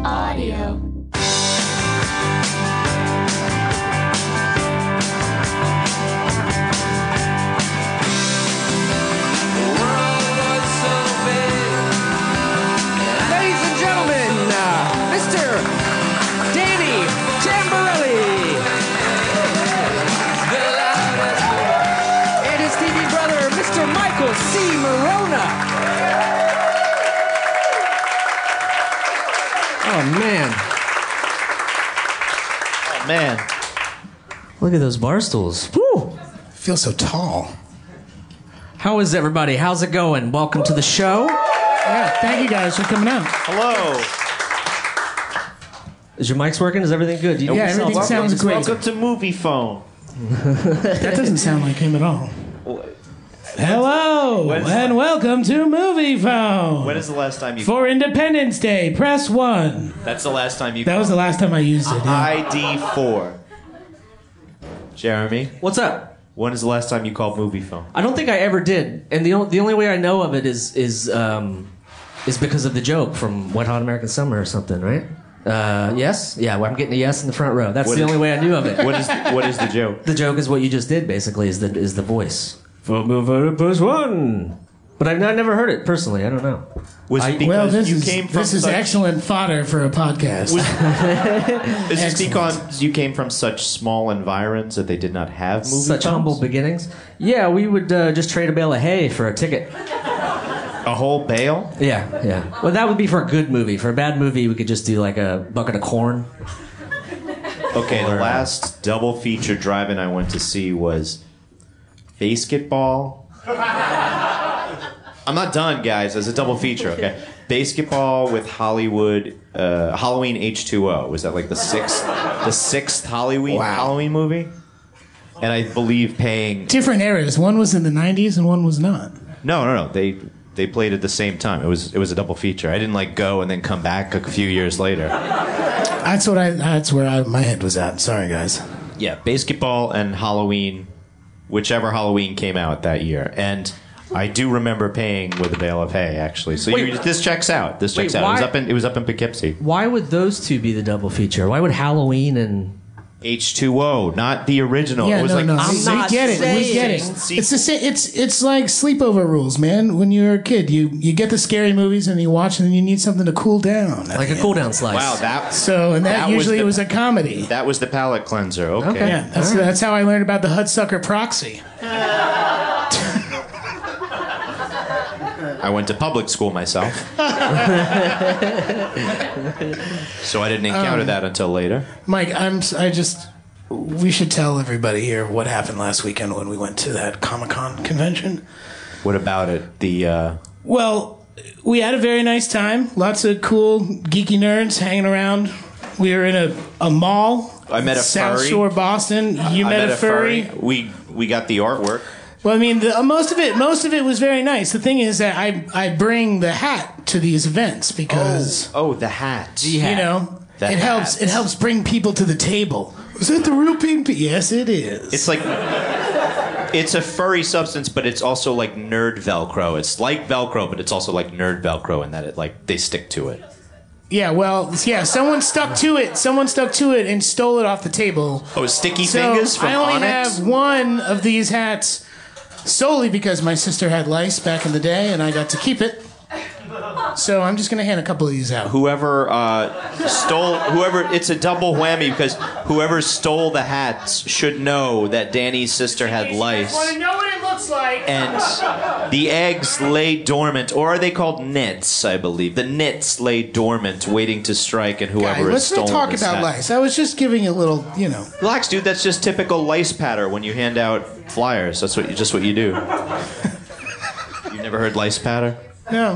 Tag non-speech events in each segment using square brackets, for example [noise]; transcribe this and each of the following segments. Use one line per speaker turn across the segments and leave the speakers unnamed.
Radio.
Ladies and gentlemen, uh, Mr. Danny Tamborelli. And his TV brother, Mr. Michael C. Morona. Oh, man.
Man. Look at those bar stools.
Whew.
feel so tall.
How is everybody? How's it going? Welcome to the show.
Yeah, thank you guys for coming out.
Hello.
Is your mics working? Is everything good? You-
Yeah, everything
Welcome-
sounds great.
Welcome to Movie Phone.
That doesn't sound like him at all. Hello
What is-
and welcome to Movie Phone.
When is the last time you?
For Independence Day, press one.
That's the last time you.
That was the last time I used it. yeah.
ID four. Jeremy,
What's up?
when is the last time you called Movie Phone?
I don't think I ever did, and the only, the only way I know of it is is um, is because of the joke from Wet Hot American Summer or something, right? Uh, yes, yeah. Well, I'm getting a yes in the front row. That's
What
the
is-
only way I knew of it.
What is what is the joke?
the joke is what you just did, basically, is the is the voice. First one, but I've, not, never heard it personally. I don't know.
Was
I-
it because
Well, this
you
is
came from
this is
such,
excellent fodder for a podcast.
Is this because you came from such small environs that they did not have movie
Such
phones?
humble beginnings. Yeah, we would uh, just trade a bale of hay for a ticket.
a whole bale?
Yeah, yeah. Well, that would be for a good movie. For a bad movie, we could just do like a bucket of corn.
Okay, the last double feature drive-in I went to see was basketball. I'm not done, guys. As a double feature, okay? Basketball with Hollywood, uh, Halloween H2O. Was that like the sixth, the sixth Halloween
Wow.
Halloween movie? And I believe paying
Different eras. One was in the '90s and one was not.
No, no, no. They they played at the same time. It was it was a double feature. I didn't like go and then come back a few years later.
That's what I. That's where I.
My head was out. Sorry, guys.
Yeah, basketball and Halloween, whichever Halloween came out that year, and. I do remember paying with a bale of hay, actually. So you,
Wait.
this checks out. This checks
Wait,
out. It was
why-
up in it was up in Poughkeepsie.
Why would those two be the double feature? Why would Halloween and
H two O, not the original.
Yeah,
it was
no,
like
no.
I'm
we,
not
we get it. We
saying-
get
See-
it. It's the same. It's it's like sleepover rules, man. When you're a kid, you you get the scary movies and you watch, and then you need something to cool down.
like a cool down slice?
wow that
So, and that,
That was
usually
the-
was, a comedy.
that was the palate cleanser. Okay,
Okay.
yeah, that's, that's how I learned about the Hudsucker Proxy.
I went to public school
[laughs]
myself, so I didn't
Um,
encounter that until later.
Mike, I'm s- I just
We should tell everybody here what happened last weekend when we went to that Comic Con convention.
What about it? The uh,
well, we had a very nice time. Lots of cool geeky nerds hanging around. We were in a, a mall.
I met a
South
furry.
Shore, Boston. You
I
met, a furry.
We we got the artwork.
Well, I mean, the, uh, most of it, most of it was very nice. The thing is that I, I bring the hat to these events because
Oh, the hat.
you know
The
it helps.
hat.
It helps bring people to the table. Is that the real peen? Pe-? Yes, it is.
It's like it's a furry substance, but it's also like nerd Velcro. It's like Velcro, but it's also like nerd Velcro in that it like they stick to it.
yeah. Well, yeah. Someone stuck to it. Someone stuck to it and stole it off the table.
Oh, sticky
so
fingers from
I only
Onyx.
have one of these hats solely because my sister had lice back in the day, and I got to keep it. So I'm just gonna hand a couple of these out.
Whoever uh, stole, whoever, it's a double whammy because whoever stole the hats should know that Danny's sister had lice.
know what it looks like?
and the eggs lay dormant, or are they called nits? I believe the nits lay dormant, waiting to strike, and whoever
Guy,
is
let's
stolen.
not talk
is
about
had.
lice. I was just giving a little, you know.
Relax, dude. That's just typical lice patter when you hand out flyers. That's what you, just what you do. you never heard lice patter?
No,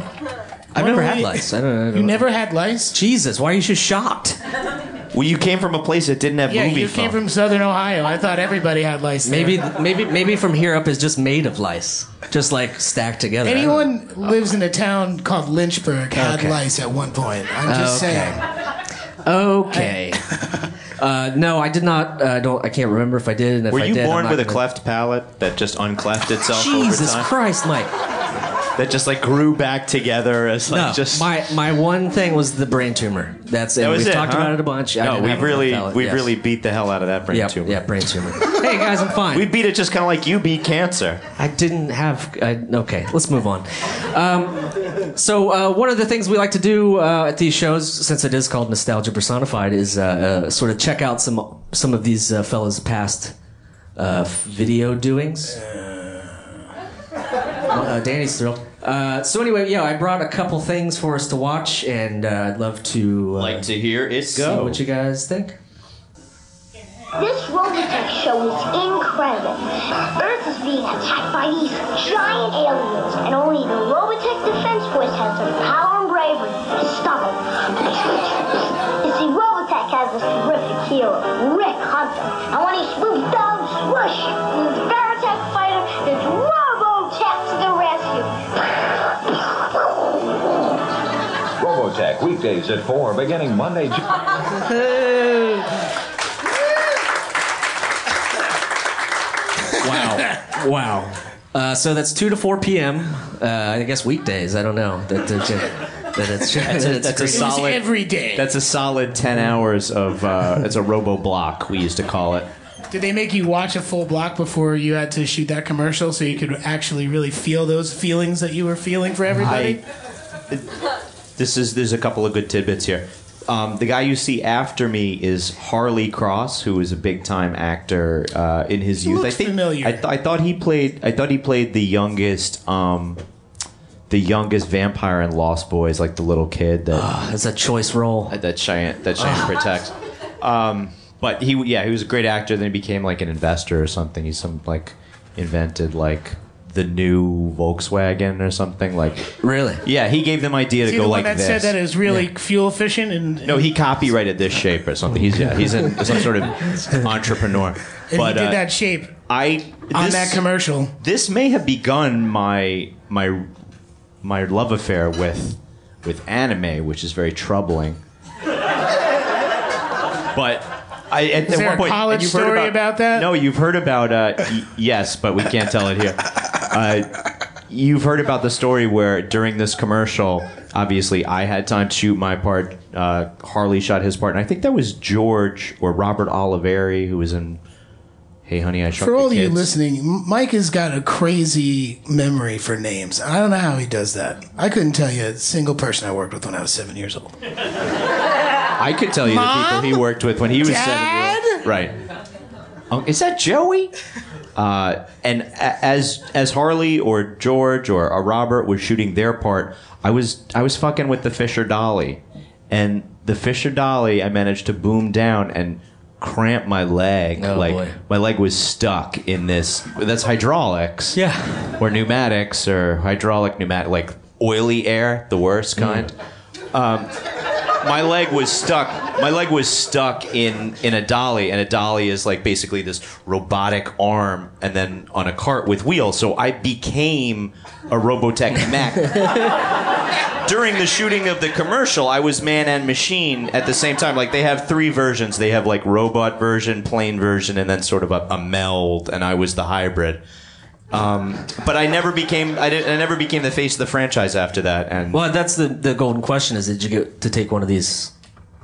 I've never
Why
had
don't we-
lice. I don't, I don't
you never had lice.
Jesus, why are you so shocked?
Well, you came from a place that didn't have
Yeah,
movie
you
phone.
came from Southern Ohio. I thought everybody had lice. there.
Maybe, maybe, maybe from here up is just made of lice, just like stacked together. I don't know.
anyone lives in a town called Lynchburg had
Okay.
lice at one point. I'm just
Okay.
saying. [laughs]
Okay. uh, no, I did not. uh, I don't. I can't remember if I did. And if
Were
I
you
did, I'm
born
not
with a
gonna-
cleft palate that just uncleft itself over
Jesus
time?
Christ, Mike.
that just like grew back together as like
No,
just
my my one thing was the brain tumor. That's it.
That was
we've
it,
talked
huh?
about it a bunch. I
no,
didn't
we've
have one
really
palate,
we've
yes.
really beat the hell out of that brain
yeah,
tumor.
yeah, brain tumor. hey guys, I'm fine.
We beat it just kind of like you beat cancer.
I didn't have. I, okay, let's move on. Um, so, uh, one of the things we like to do uh, at these shows, since it is called Nostalgia Personified, is uh, uh, sort of check out some some of these uh, fellas' past uh, video doings. Uh, Danny's thrilled. Uh, so anyway, yeah, I brought a couple things for us to watch, and uh, I'd love to uh,
to hear it
see what you guys think.
This roller tech show is incredible. Earth is being attacked by these giant aliens, and only the Robotech Defense Force has the power and bravery to stop them. You see, Robotech has this terrific hero, Rick Hunter, and when he swoops down, swoosh, and the Baratech fighter is Robotech to the rescue.
Robotech, weekdays at 4, beginning Monday, Ju-
Wow. wow. Uh, so that's 2 to 4 p.m. Uh, I guess weekdays. I don't know. That, that, that, that it's,
[laughs] That's a,
that it's
that's a
crazy.
solid
every day.
That's a solid ten hours of uh, it's a robo block we used to call it.
Did they make you watch a full block before you had to shoot that commercial so you could actually really feel those feelings that you were feeling for everybody?
I, this is there's a couple of good tidbits here. Um, the guy you see after me is Harley Cross, who is a big time actor uh, in his youth.
Looks
I think
familiar.
I, th- I thought he played. I thought he played the youngest. Um, the youngest vampire in Lost Boys, like the little kid that
It's a choice role.
that Cheyenne that
Ah.
Cheyenne protects. Um, but he, yeah, he was a great actor. Then he became like an investor or something. He's some like invented like the new Volkswagen or something. Like,
Really?
yeah, he gave them idea to
See
go
the one
like
that
this.
said that is really fuel efficient and,
no, he copyrighted this shape or something. He's yeah, he's in, some sort of
[laughs]
entrepreneur.
and
but
he did
uh,
that shape
I
on
this-
that commercial.
this may have begun my my my love affair with with anime, which is very troubling. but I at,
Is
at
there
one
a
point and
college
you've heard
story about that?
No, you've heard about uh, y- yes, but we can't tell it here. Uh, you've heard about the story where during this commercial, obviously I had time to shoot my part. Uh, Harley shot his part, and I think that was George or Robert Oliveri, who was in Hey Honey, I Shrunk
For
the
all of you
Kids.
listening, M- Mike has got a crazy memory for names. I don't know how he does that. I couldn't tell you a single person I worked with when I was seven years old.
I could tell you the people he worked with when he was
Dad?
seven. years old. Right. Oh, is that Joey? Uh, and a- as as Harley or George or uh, Robert was shooting their part, I was I was fucking with the Fisher Dolly, and the Fisher Dolly I managed to boom down and cramp my leg.
Oh,
like
boy.
my leg was stuck in this. That's hydraulics.
Yeah.
Or pneumatics or hydraulic pneumatic like oily air, the worst kind my leg was stuck. My leg was stuck in in a dolly, and a dolly is like basically this robotic arm, and then on a cart with wheels. So I became a Robotech mech. During the shooting of the commercial, I was man and machine at the same time. Like they have three versions. They have like robot version, plane version, and then sort of a, a meld. And I was the hybrid. Um, but I never became. I, didn't, I never became the face of the franchise after that. And
Well, that's the, the golden question is did you get to take one of these?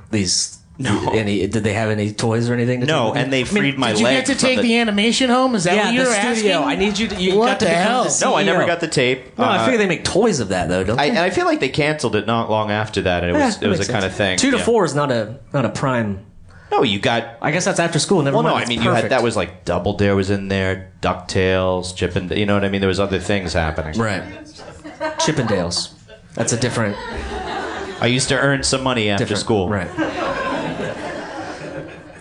these
No.
Any, did they have any toys or anything? To take
no,
with you?
and they freed my
Did you
leg.
get to
from
take the, animation home? Is that
Yeah,
what you're
the studio.
asking?
I need you to. You
What
got to
the
become
hell?
The
No, I never
CEO.
got the tape.
No, I
Uh,
figure they make toys of that though, don't
I,
they?
and I feel like they canceled it not long after that, and it
Eh,
was
that
it was
makes
the kind
sense.
of thing.
Two to
yeah.
four is not a not a prime.
No, you got.
I guess that's after school. Never
Well, no,
mind.
I
It's
mean you had
perfect.
that was like Double Dare was in there, Ducktales, Chip and you know what I mean. There was other things happening.
Right. Chippendales. That's a different.
I used to earn some money after
different
school.
Right.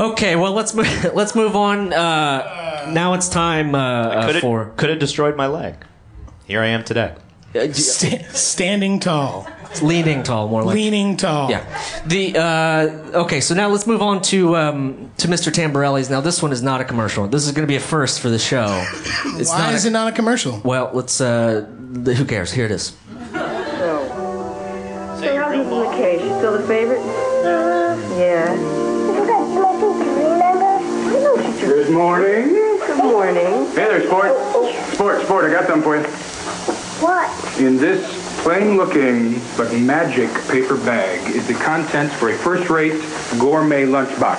Okay, well let's move, [laughs] let's move on. Uh, now it's time uh,
Could
uh,
have
for
could have destroyed my leg. Here I am today. [laughs]
uh, d-
Sta- standing tall,
leaning tall, more like
leaning tall.
yeah. The uh, okay, so now let's move on to um, to Mr. Tamborelli's. Now this one is not a commercial. This is going to be a first for the show. It's
Why
not
is
a-
it not a commercial?
well, let's. Uh, th- who cares? Here it is.
They have these in the cage. Still the favorite? Yeah.
Good morning.
Good morning.
Hey there, sport. Sport, sport, I got some for you.
What?
In this plain-looking but magic paper bag is the contents for a first-rate gourmet lunchbox.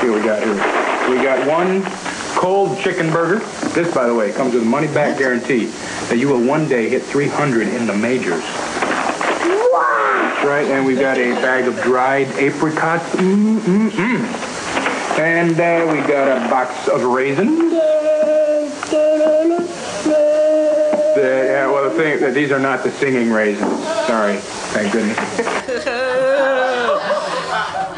See what we got here. We got one cold chicken burger. This, by the way, comes with a money-back guarantee that you will one day hit 300 in the majors. That's right, and we got a bag of dried apricots. Mm, mm, mm. And uh, we got a box of raisins. The- yeah, well, the thing, uh, these are not the singing raisins. Sorry. Thank goodness.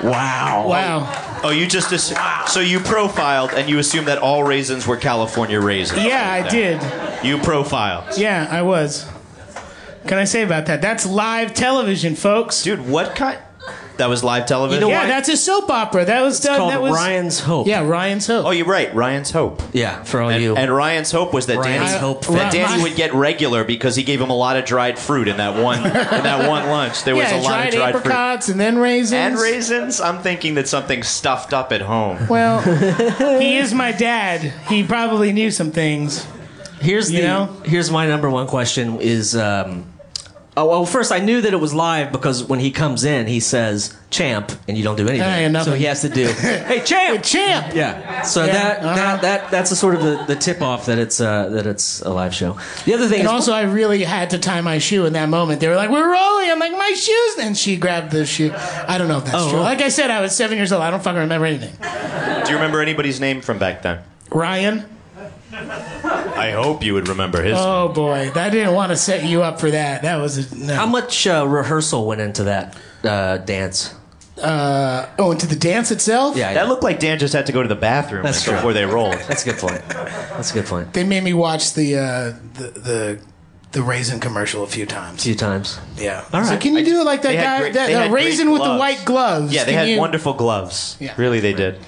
Wow.
Wow.
Oh, you just ass- so you profiled and you assumed that all raisins were California raisins.
Yeah, I did.
You profiled,
Yeah, I was. Can I say about that? That's live television, folks.
dude. What kind? That was live television.
You know
yeah,
why-
that's a soap opera. That was done.
called
that was
Ryan's Hope.
Yeah, Ryan's Hope.
Oh, you're right. Ryan's hope.
yeah, for all you.
And Ryan's hope was that
Ryan's
Danny
hope.
that Danny
Ry-
would get regular because he gave him a lot of dried fruit in that one in
[laughs]
that one lunch. There was
yeah,
a lot
dried,
of dried fruit
apricots and then raisins.
and raisins. I'm thinking that something stuffed up at home.
Well, he is my dad. He probably knew some things.
Here's the
You know?
here's my number one question is um oh well first I knew that it was live because when he comes in he says champ and you don't do anything
Hey, nothing.
so he has to
[laughs]
do hey champ
Champ.
yeah so
Yeah,
that,
uh-huh.
that that that's the sort of the, the tip off that it's uh, that it's a live show the other thing
And
is
also, I really had to tie my shoe in that moment. They were like, "We're rolling." I'm like, "My shoes!" And she grabbed the shoe. I don't know if that's
Oh,
true.
right.
Like I said, I was seven years old. I don't fucking remember anything.
Do you remember anybody's name from back then?
Ryan.
I hope you would remember his.
Oh boy, I didn't want to set you up for that. That was a, no.
how much uh, rehearsal went into that uh, dance
oh, and to the dance itself.
yeah
that looked like Dan just had to go to the bathroom
That's true.
before they
[laughs]
rolled.
that's a good point that's a good point
They made me watch the uh, the the the raisin commercial a few
a
times.
few times
Yeah.
all
So
right
can you do it like that
They had
guy,
great-
that,
they
that
had great
raisin with the
gloves.
white gloves?
Yeah, they
Can
had
you-
wonderful gloves.
Yeah.
Really, they did.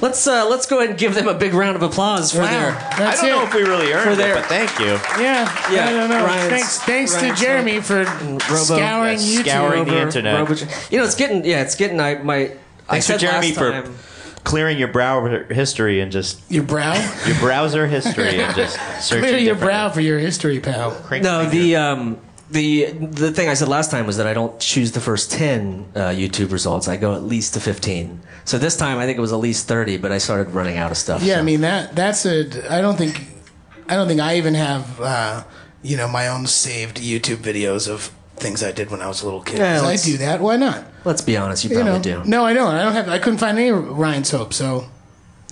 let's uh, let's go ahead and give them a big round of applause for
Wow.
their
I
That's
don't know
it.
if we really earned
their-
it, but thank you.
Yeah,
Yeah,
I don't know.
Ryan's-
thanks, thanks
Ryan's
to Jeremy for
Robo-
scouring
Yeah,
YouTube.
scouring the
Robo-
internet.
Robo- you know, it's getting yeah, it's getting. I my. I
Thanks to
said
Jeremy
last
for
time-
clearing your browser history and just
Your brow.
your browser history and just searching.
[laughs] Clear your
different-
brow for your history, pal.
Crank-
No, the um, the the thing I said last time was that I don't choose the first ten uh, YouTube results. I go at least to fifteen. So this time I think it was at least thirty, but I started running out of stuff.
Yeah,
so.
I mean that. That's a. I don't think.
I don't think I even have uh, you know my own saved YouTube videos of things I did when I was a little kid.
Yeah,
So I
let's-
do that. Why not?
let's be honest, you
You
probably
know.
do.
No, I don't. I don't have. I couldn't find any Ryan's Hope. So,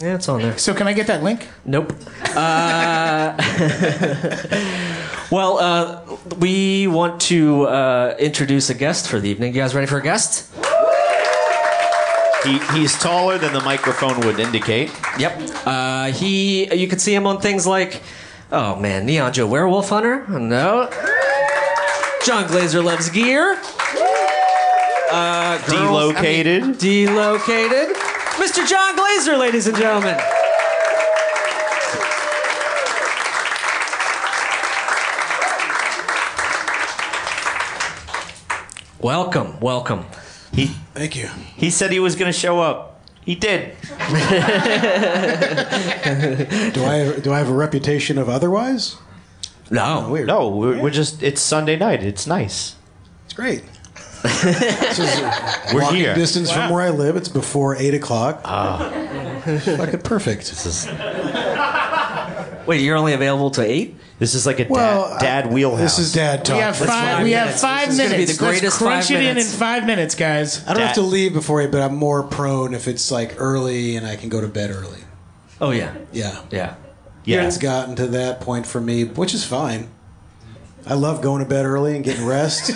Yeah, it's on there.
so can I get that link?
[laughs] Nope. Uh, well, uh, we want to uh, introduce a guest for the evening. You guys ready for a guest?
He, he's taller than the microphone would indicate.
Yep. Uh, he, you could see him on things like, oh man, Neon Joe Werewolf Hunter. No. John Glazer loves gear. Uh, Girls-
Delocated.
I mean, delocated. Mr. John Glazer, ladies and gentlemen. Welcome, welcome.
He
Thank you.
he said he was going to show up. He did.
Do I do I have a reputation of otherwise?
No,
Weird.
No, we're, we're just it's Sunday night. It's nice.
it's great. this is
We're
walking
here.
distance from where I live. It's before eight o'clock.
Ah.
Fucking perfect.
wait, you're only available to eight?
This is like a
Well,
dad, dad
I-
wheelhouse.
This is dad talk.
We have
That's
five.
five
We have
minutes.
five
This is
minutes.
gonna be the greatest
Let's crunch
five
it in in
minutes.
five minutes, guys.
I don't have
Dad.
to leave before eight, but I'm more prone if it's like early and I can go to bed early.
Oh yeah,
Yeah,
yeah.
yeah.
It's gotten to that point for me, which is fine. I love going to bed early and getting rest.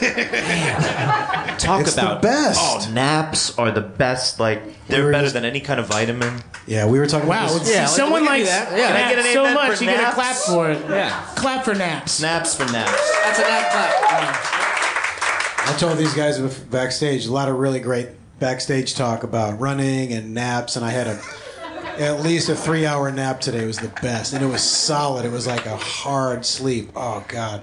Talk
It's the
about
best.
Oh, naps are the best. Like they're
We're
better
just-
than any kind of vitamin.
yeah, we were talking.
Wow,
About this.
Yeah, like,
someone
we can do
likes
that. Yeah. Can I
naps
get an
so
amen for
much. You get a
naps?
clap for it.
Yeah.
Clap for naps.
Naps for naps.
That's a nap clap.
I told these guys bef- backstage a lot of really great backstage talk about running and naps, and I had a at least a three hour nap today was the best, and it was solid. It was like a hard sleep. Oh God,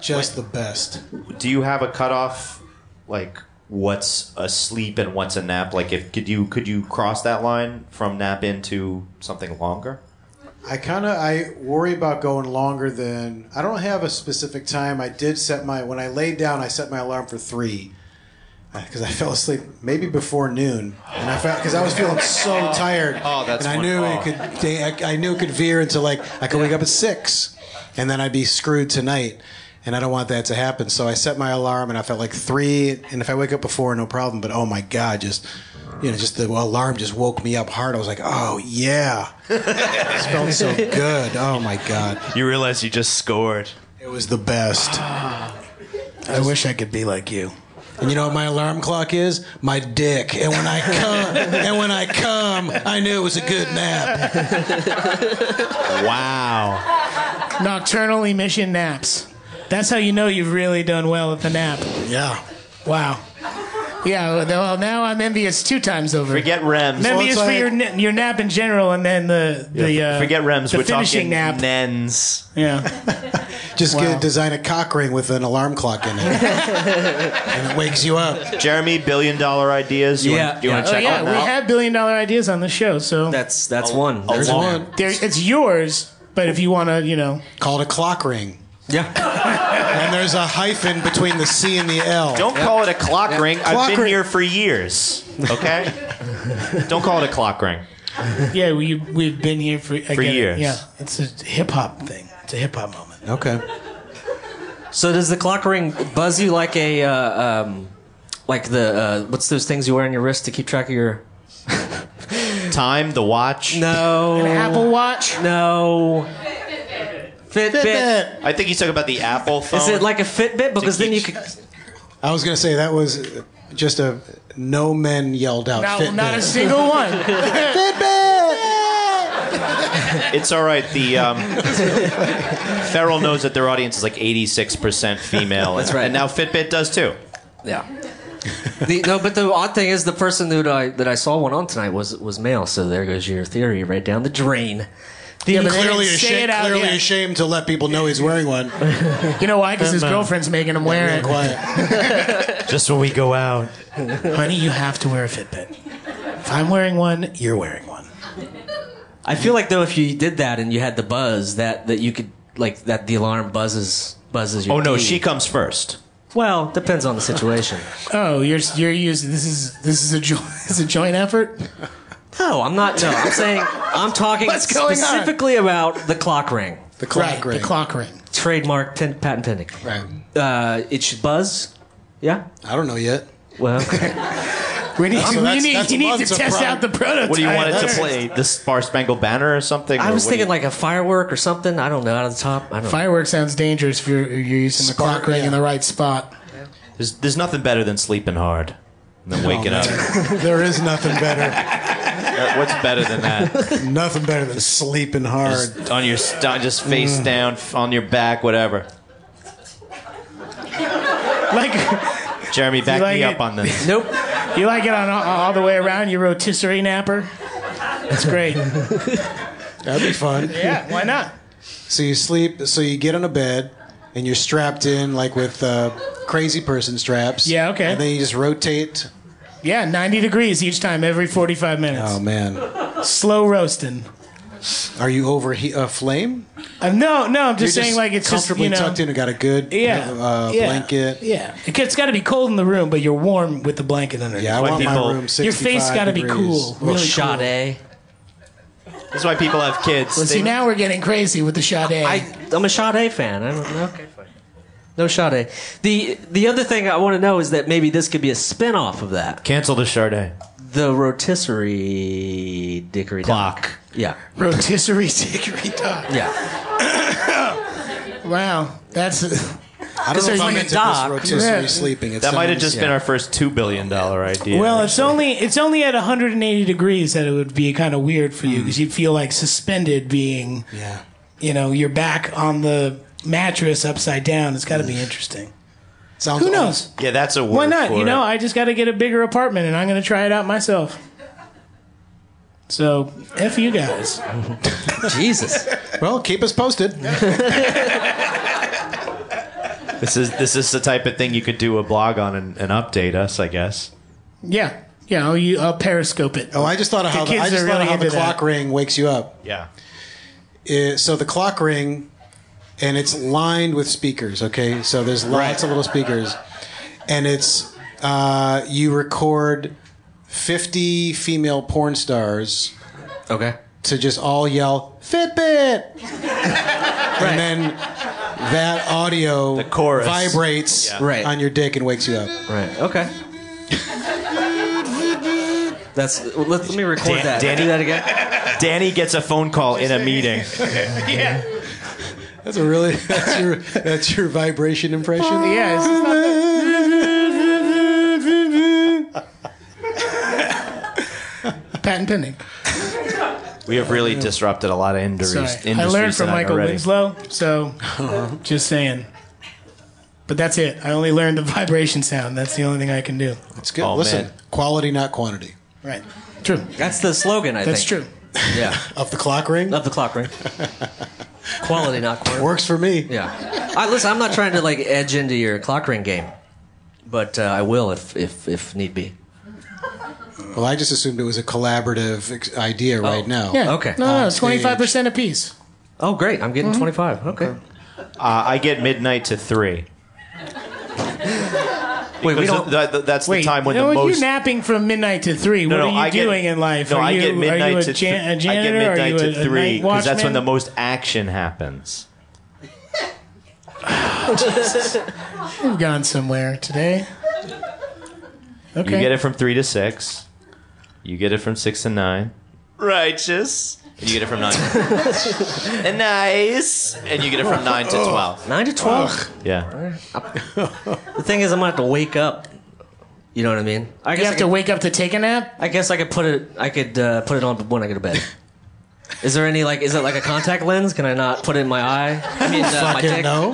just the best.
Do you have a cutoff? Like what's a sleep and what's a nap? Like if could you could you cross that line from nap into something longer?
I kind of I worry about going longer than I don't have a specific time. I did set my when I laid down, I set my alarm for three because I [laughs] fell asleep maybe before noon, and I felt because I was feeling so tired.
Oh, that's
and I
one-
knew
oh.
it could. They, I, I knew it could veer into like I could wake up at six, and then I'd be screwed tonight. And I don't want that to happen, so I set my alarm, and I felt like three. And if I wake up before, no problem. But oh my god, just you know, just the alarm just woke me up hard. I was like, oh yeah, it
[laughs]
felt so good. Oh my god,
You realize you just scored.
it was the best.
I wish I could be like you.
And you know what my alarm clock is? My dick. And when I come, and when I come, I knew it was a good nap.
Wow.
[laughs] Nocturnal emission naps. That's how you know you've really done well at the nap.
Yeah.
Wow. Yeah, well, now I'm envious two times over.
Forget REMs.
I'm envious
it's
for
like-
your, na- your nap in general and then the. the uh,
Forget REMs.
The
We're talking
finishing nap.
NENs.
yeah.
Just
Wow.
get, design a cock ring with an alarm clock in
[laughs]
it, and it wakes you up.
Jeremy, billion dollar ideas. You
Yeah,
wanna- you
yeah.
want to
Oh,
check
yeah,
on
we
that?
have billion dollar ideas on the show, so
That's that's one.
a
There's
long-
one.
there, it's yours, but if you want to, you know.
Called a clock ring.
Yeah.
And there's a hyphen between the C and the L.
Don't call it a clock ring. I've
Clock
been
ring.
here for years. Okay. Don't call it a clock ring.
Yeah, we we've been here for I get it.
years.
Yeah, it's a hip hop thing. It's a hip hop moment.
Okay.
So does the clock ring buzz you like a uh, um, like the uh, what's those things you wear on your wrist to keep track of your?
Time, the watch.
No.
Apple Watch.
No. Fitbit.
I think he's talking about the Apple phone.
Is it like a Fitbit? Because then you could.
I was gonna say that was just a no men yelled out.
No,
Fitbit.
not a single one.
Fitbit.
It's all right. The um, Ferrell knows that their audience is like 86% female. That's
right.
And now Fitbit does too.
[laughs] Yeah. the, no, but the odd thing is the person that I that I saw one on tonight was was male. So there goes your theory right down the drain.
yeah, but they
Clearly,
didn't say
ashamed,
it out
clearly
yet.
ashamed to let people know he's wearing one.
You know why? Because his girlfriend's making him wear it.
Quiet.
Just when we go out.
Honey, you have to wear a Fitbit. If I'm wearing one, you're wearing one.
I feel like though if you did that and you had the buzz that that you could like that the alarm buzzes buzzes your.
Oh, no,
teeth.
she comes first.
Well, depends on the situation.
Oh, you're you're using this is this is a joint [laughs] is a joint effort.
no, I'm not. No, I'm saying I'm talking
What's going on?
specifically about the clock ring,
The clock
right,
ring.
the clock ring.
trademark, ten, patent pending.
Right.
Uh, it should buzz. Yeah.
I don't know yet.
Well,
We need,
So
we
that's-
need,
that's
you need to
months of
test
prime.
out the prototype.
What do you want it to play? The Star Spangled Banner or something?
I
Or
was
what do you-
thinking like a firework or something. I don't know. Out of the top, I don't. know.
Firework sounds dangerous if you're, you're using the
Spark,
clock ring
yeah.
in the right spot.
There's, there's nothing better than sleeping hard
Oh,
than waking up. [laughs] Uh,
There is nothing better.
What's better than that?
nothing better than sleeping hard.
Just on your st- just face
Mm.
down f- on your back, whatever.
Like
Jeremy,
[laughs]
back
like
me up
it?
on this.
Nope.
you like it on all, all the way around. You rotisserie napper. It's [laughs] great.
That'd be fun.
yeah, why not?
So you sleep. So you get on a bed, and you're strapped in like with uh, crazy person straps.
Yeah, okay.
And then you just rotate.
Yeah, 90 degrees each time, every 45 minutes.
Oh man,
Slow roasting.
are you over he- uh, flame?
Uh, no, no, I'm just
You're
saying like it's just
comfortably
you know,
tucked in. and Got a good
Yeah,
uh,
yeah,
blanket.
Yeah, It gets- it's got to be cold in the room, but you're warm with the blanket underneath.
Yeah, I
White
want my
people-
room. 65
Your face got to be
degrees.
cool. Really
Shot
cool.
A.
This is why people have kids.
Well,
They-
see, now we're getting crazy with the Sade.
I, I'm a Sade fan. I don't know. Okay, fine. No Sade. The the other thing I want to know is that maybe this could be a spin off of that.
Cancel the Chardonnay.
The rotisserie dickery dock.
Clock.
Yeah.
[laughs] Rotisserie dickery dog.
Yeah.
Wow, that's
I don't know
It's
if
like
I'm
a
into
dock.
this rotisserie
Yeah.
sleeping. It
That might have
sounds-
just been our first two billion dollar idea.
[laughs] well. It's only it's only at 180 degrees that it would be kind of weird for you
Mm.
because you'd feel like suspended, being
Yeah.
you know your back on the mattress upside down. It's got to be
Mm.
interesting.
Sounds
Who
awesome.
knows?
yeah, that's a word
Why not?
for
You
it.
know, I just got to get a bigger apartment, and I'm going to try it out myself. So, f you guys.
Jesus.
Well, keep us posted.
This is this is the type of thing you could do a blog on and, and update us, I guess.
Yeah, yeah. I'll, you, I'll periscope it.
Oh, I just thought of how the,
kids
I just
are
thought of
really
how the
into that.
clock ring wakes you up.
Yeah.
is so the clock ring, and it's lined with speakers. Okay, so there's lots of little speakers, and it's uh, you record fifty female porn stars
Okay.
to just all yell Fitbit, [laughs] and then that audio
The chorus.
vibrates
Yeah.
Right.
on your dick and wakes you up.
Right. Okay. That's. Let, let me record
Dan-
that.
Danny-
Do that again.
Danny gets a phone call in a meeting.
That's a really [laughs] that's your that's your vibration impression.
Yeah, this is not [laughs] patent pending.
We have really disrupted a lot of industries.
Sorry.
industries
I learned from
tonight
Michael
already.
Winslow, so just saying. But that's it. I only learned the vibration sound. That's the only thing I can do.
It's good.
Oh,
Listen,
man.
quality not quantity.
Right. True.
That's the slogan. I
That's
think.
true.
That's true. Yeah.
Of the clock ring
Love the clock ring. Quality, not quantity.
works for me.
Yeah. I listen. I'm not trying to like edge into your clock ring game, but uh, I will if if if need be.
Well, I just assumed it was a collaborative ex- idea
Oh.
right now.
Yeah.
Okay.
No, no,
On
twenty five percent apiece.
Oh, great! I'm getting 25. Okay.
Uh, I get midnight to three.
Wait, we
Because
don't.
th- th- that's the time when
no,
the most.
you napping from midnight to three.
no,
what
no,
are you
I get-
doing in life?
No,
are
I
you,
get midnight
are you
to
a,
three.
jan- a
I
janitor?
get
are
midnight
you a,
to three
because
that's when the most action happens.
We've gone somewhere today. Okay.
You get it from three to six. You get it from six to nine. Righteous. And you get it from
[laughs]
nine. and nice. And you get it from nine to
Oh.
twelve.
Nine to twelve.
Yeah.
The thing is, I'm gonna have to wake up. You know what I mean? I
You
guess I
have to
could-
wake up to take a nap.
I guess I could put it. I could uh, put it on when I go to [laughs] bed. Is there any like? Is it like a contact lens? Can I not put it in my eye? I mean, uh, my dick.
No,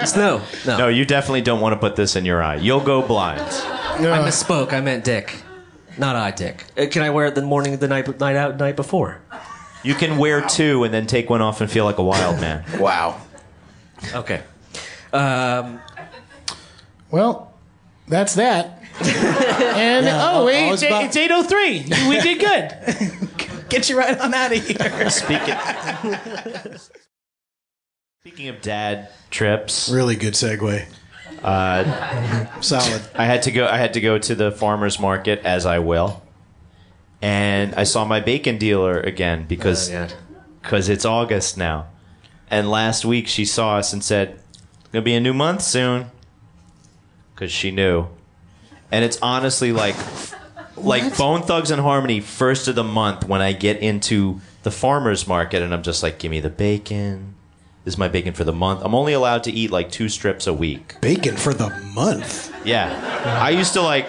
It's no, no.
No, you definitely don't want to put this in your eye. You'll go blind.
I
Ugh.
misspoke. I meant dick, not eye dick. Uh, Can I wear it the morning, the night, night out, night before?
You can wear two and then take one off and feel like a wild man.
Wow.
Okay.
Well, that's that. and oh wait,
always
it's, eight-
about-
it's eight oh three. We did
[laughs]
good. Get you right on out of here.
Speaking. Speaking of dad trips,
really good segue. Uh, Solid.
I had to go. I had to go to the farmers market as I will, and I saw my bacon dealer again because because it's August now. And last week she saw us and said, "Gonna be a new month soon," because she knew. And it's honestly like, like Bone Thugs and Harmony first of the month when I get into the farmers market and I'm just like, "Give me the bacon." This is my bacon for the month. I'm only allowed to eat like two strips a week.
Bacon for the month.
Yeah, I used to like,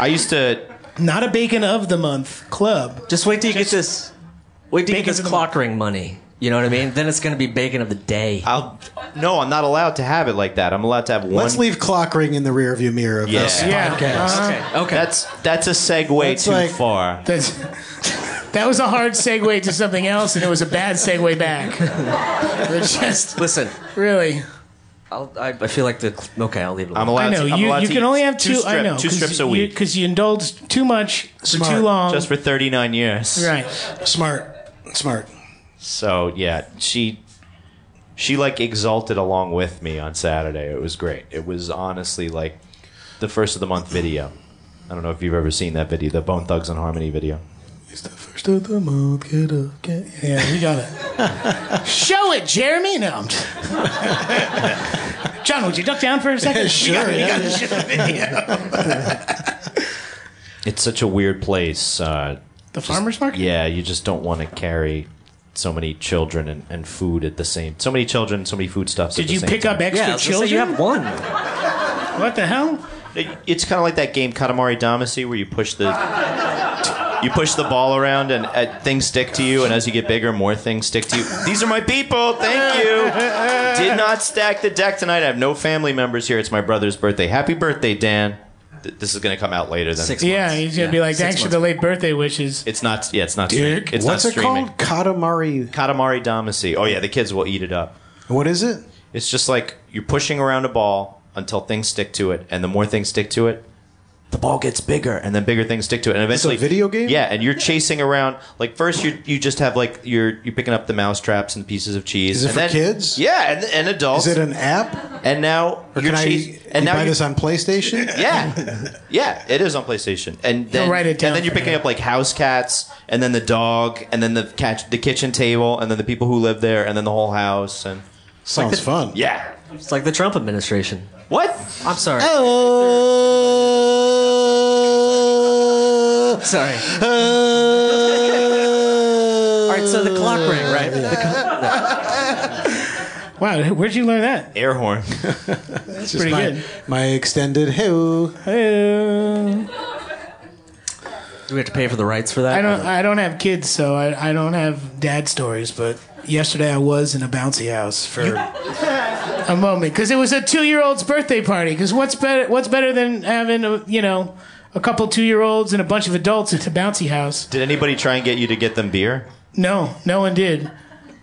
I used to
[laughs] Not a bacon of the month club.
Just wait till you get this. Wait till you get
Bacon
this
for the
clock ring money. You know what I mean? Then it's gonna be bacon of the day.
I'll no, I'm not allowed to have it like that. I'm allowed to have one.
Let's leave clock ring in the rearview mirror of
Yeah. Uh-huh.
this
Yeah.
podcast.
okay. Okay.
That's that's a segue
That's
too
like-
far.
That's, that was a hard segue to something else, and it was a bad segue back. [laughs] We're just
Listen,
really.
I'll, I, I feel like the okay. I'll leave it.
I'm
alone.
allowed.
I know
to, I'm
you.
allowed
You
to
can
eat
only have two.
strip-
I know
two strips a week,
because you indulge too much for too long.
just for 39 years.
right.
Smart, smart.
So yeah, she she like exalted along with me on Saturday. It was great. It was honestly like the first of the month video. I don't know if you've ever seen that video, the Bone Thugs and Harmony video.
It's the first of the month. Get up, get
Yeah, we got it. Show it, Jeremy. No, I'm
[laughs]
just- John, would you duck down for a second?
Sure,
We got,
yeah,
We got to show the video.
It's such a weird place. Uh,
The farmers market.
Yeah, you just don't want to carry so many children and, and food at the same. So many children, so many food stuffs.
Did you pick up extra
yeah, I was gonna
children?
Say you have one.
What the hell?
it's kind of like that game Katamari Damacy where you push the you push the ball around and uh, things stick to you, and as you get bigger, more things stick to you. These are my people. Thank you. Did not stack the deck tonight. I have no family members here. It's my brother's birthday. Happy birthday, Dan. Th- This is going to come out later. Then
Six
Yeah,
months.
he's gonna be like,
six
thanks for
months.
the late birthday wishes.
it's not. Yeah, it's not. Streaming.
Dick.
It's
What's
not
it
streaming.
called? Katamari.
Katamari Damacy. Oh yeah, the kids will eat it up.
What is it?
It's just like you're pushing around a ball until things stick to it, and the more things stick to it, the ball gets bigger and then bigger things stick to it and eventually
video game?
yeah and you're chasing around like first you you just have like you're you're picking up the mouse traps and pieces of cheese
Is it
and
for
then-
kids?
yeah and, and adults
Is it an app?
and now
Or
you're
can I
chas- and
you
now
buy
you're-
this on PlayStation? [laughs]
yeah, yeah, it is on PlayStation, and then
write it down
and then you're
for
picking
me.
up like house cats, and then the dog, and then the catch the kitchen table, and then the people who live there, and then the whole house, and
Sounds fun.
yeah,
It's like the Trump administration.
what?
I'm sorry.
Oh,
Oh.
Sorry. All right, so the clock
Uh,
rang, right? The co-
Wow, where'd you learn that?
Air horn.
That's pretty
my,
good.
my extended hello.
Hey.
Do we have to pay for the rights for that?
I don't. I don't have kids, so I, I don't have dad stories. But yesterday I was in a bouncy house for [laughs] a moment because it was a two-year-old's birthday party. Because what's better? What's better than having a, you know a couple two-year-olds and a bunch of adults at a bouncy house?
Did anybody try and get you to get them beer?
No, no one did.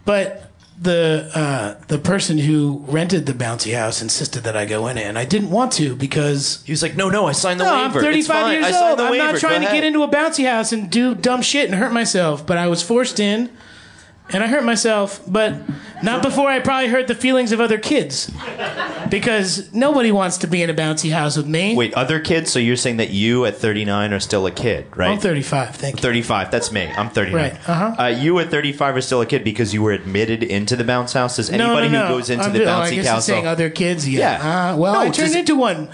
But the uh, the person who rented the bouncy house insisted that I go in it, and I didn't want to because
He was like, "No, no, I signed the
no, I'm
waiver. It's
35
fine.
years
I signed
old.
the
I'm
waiver.
not
Go
trying to
ahead."
get into a bouncy house and do dumb shit and hurt myself. But I was forced in, and I hurt myself. But not before I probably hurt the feelings of other kids, because nobody wants to be in a bouncy house with me.
Wait, other kids? So you're saying that you at 39 are still a kid, right?
I'm 35. Thank you.
35. That's me. I'm 39.
Right, uh-huh.
Uh, you at 35 are still a kid because you were admitted into the bounce house. Does anybody who goes into
I'm
the
do- oh, I
bouncy
guess it's
house?
saying other kids. Yeah.
Yeah.
Uh, well,
No,
I
it
turned
doesn't-
into one.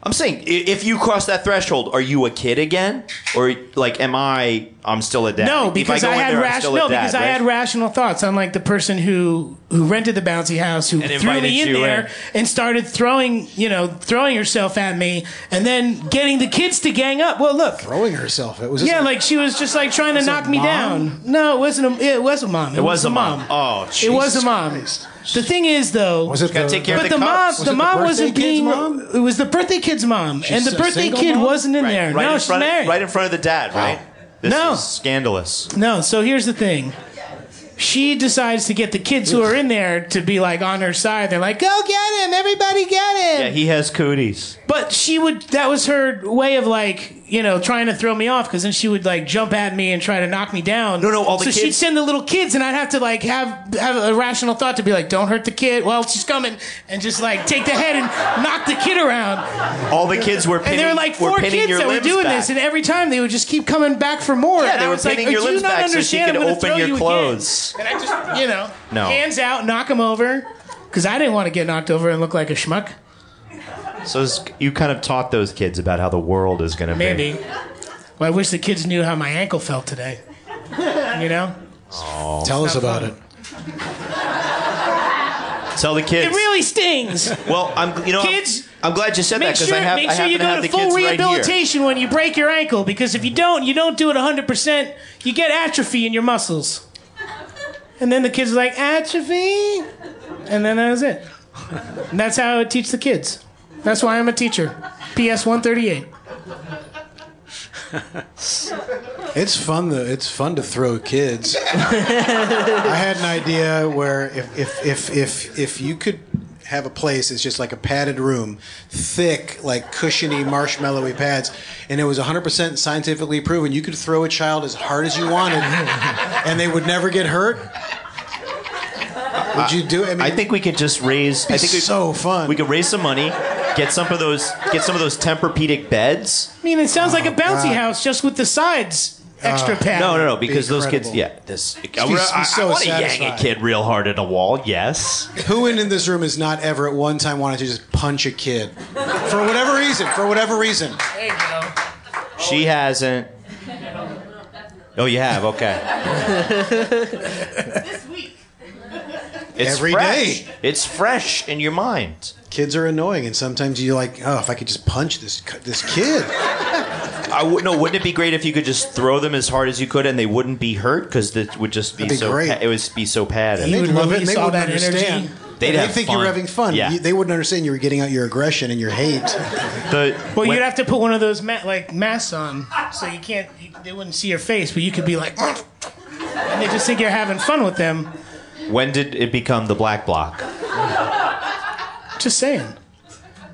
I'm saying i- if you cross that threshold, are you a kid again, or like am I? I'm still a dad.
No,
If
because
go
I,
in
had
there, I'm
rational.
still a
No,
dad,
because I
right?
had rational thoughts. Unlike the person who who rented the bouncy house, who
And
threw
invited
me in
you
there
in.
and started throwing, you know, throwing herself at me, and then getting the kids to gang up. Well, look.
Throwing herself. It was just
Yeah, like she was just like trying to knock me
mom?
down. No, it wasn't. A, it was a mom. It,
It was a mom. Oh,
it was a
Jesus
mom. The thing is, though,
was it
Gotta
the,
take care of
but the, mom,
cops. Was
the
it the
mom
birthday
wasn't
kid's
being.
mom?
It was the birthday kid's mom, and the
a
birthday
single
kid
mom?
wasn't in there.
Right
no,
in
she's
front,
married.
Right in front of the dad, right? This
No.
is scandalous.
No, so here's the thing. She decides to get the kids who are in there to be like on her side. They're like, "Go get him, everybody, get him!"
Yeah, he has cooties.
but she would. That was her way of like, you know, trying to throw me off because then she would like jump at me and try to knock me down.
No, no, all the
so she'd
kids-
send the little kids, and I'd have to like have have a rational thought to be like, "Don't hurt the kid." Well, she's coming, and just like take the head and knock the kid around.
All the kids were pinning.
And there were like
were
four
pinning
kids
your
that were
limbs
doing
back.
this, and every time they would just keep coming back for more.
Yeah,
and
they
I
were
was like,
pinning your
"Do you
limbs
not
back so she
understand?
could
I'm gonna
open
throw
your
you again."
clothes.
And I just, you know,
No.
hands out, knock him over, because I didn't want to get knocked over and look like a schmuck.
So it's- you kind of taught those kids about how the world is going to be.
Maybe. Well, I wish the kids knew how my ankle felt today. You know,
Tell us about it.
Tell the kids.
it really stings.
Well, I'm you know I'm-
Kids,
I'm, glad you said that
Make
because
sure,
I have
make
I
sure
happen
you
to have
go to
the
full
kids right here.
rehabilitation when you break your ankle, because if you don't, you don't do it 100%, you get atrophy in your muscles. And then the kids are like, atrophy? And then that was it. And that's how I would teach the kids. That's why I'm a teacher. PS 138.
It's fun though. It's fun to
[laughs]
throw kids. I had an idea where if if if if, if you could have a place it's just like a padded room thick like cushiony marshmallowy pads and it was 100% scientifically proven you could throw a child as hard as you wanted and they would never get hurt would you do i mean
I think we could just raise. I think we,
so fun
we could raise some money, get some of those, get some of those Tempur-Pedic beds.
I mean, it sounds like a bouncy
Oh, God.
house just with the sides extra padded.
No, no, no, because those kids.
incredible.
Yeah, this. I,
be-
I-
be so
I want to yang a
satisfying.
kid real hard at a wall. Yes.
Who in, in this room has not ever at one time wanted to just punch a kid? For whatever reason, for whatever reason.
She hasn't. Oh, you have. Okay. this week. It's
Every
fresh.
day.
It's fresh in your mind.
Kids are annoying, and sometimes you're like, oh, if I could just punch this c- this kid.
I would no. Wouldn't it be great if you could just throw them as hard as you could and they wouldn't be hurt because it would just be,
That'd be
so
great.
pa- it would be so padded.
And they'd
would
love it. and
release
They
all
wouldn't
that energy.
understand.
They'd have
think
fun.
you were having fun.
Yeah.
You- they wouldn't understand you were getting out your aggression and your hate.
[laughs]
The-
Well,
when-
you'd have to put one of those ma- like masks on, so you can't. You, they wouldn't see your face, but you could be like, and they just think you're having fun with them.
when did it become the black block?
Just saying.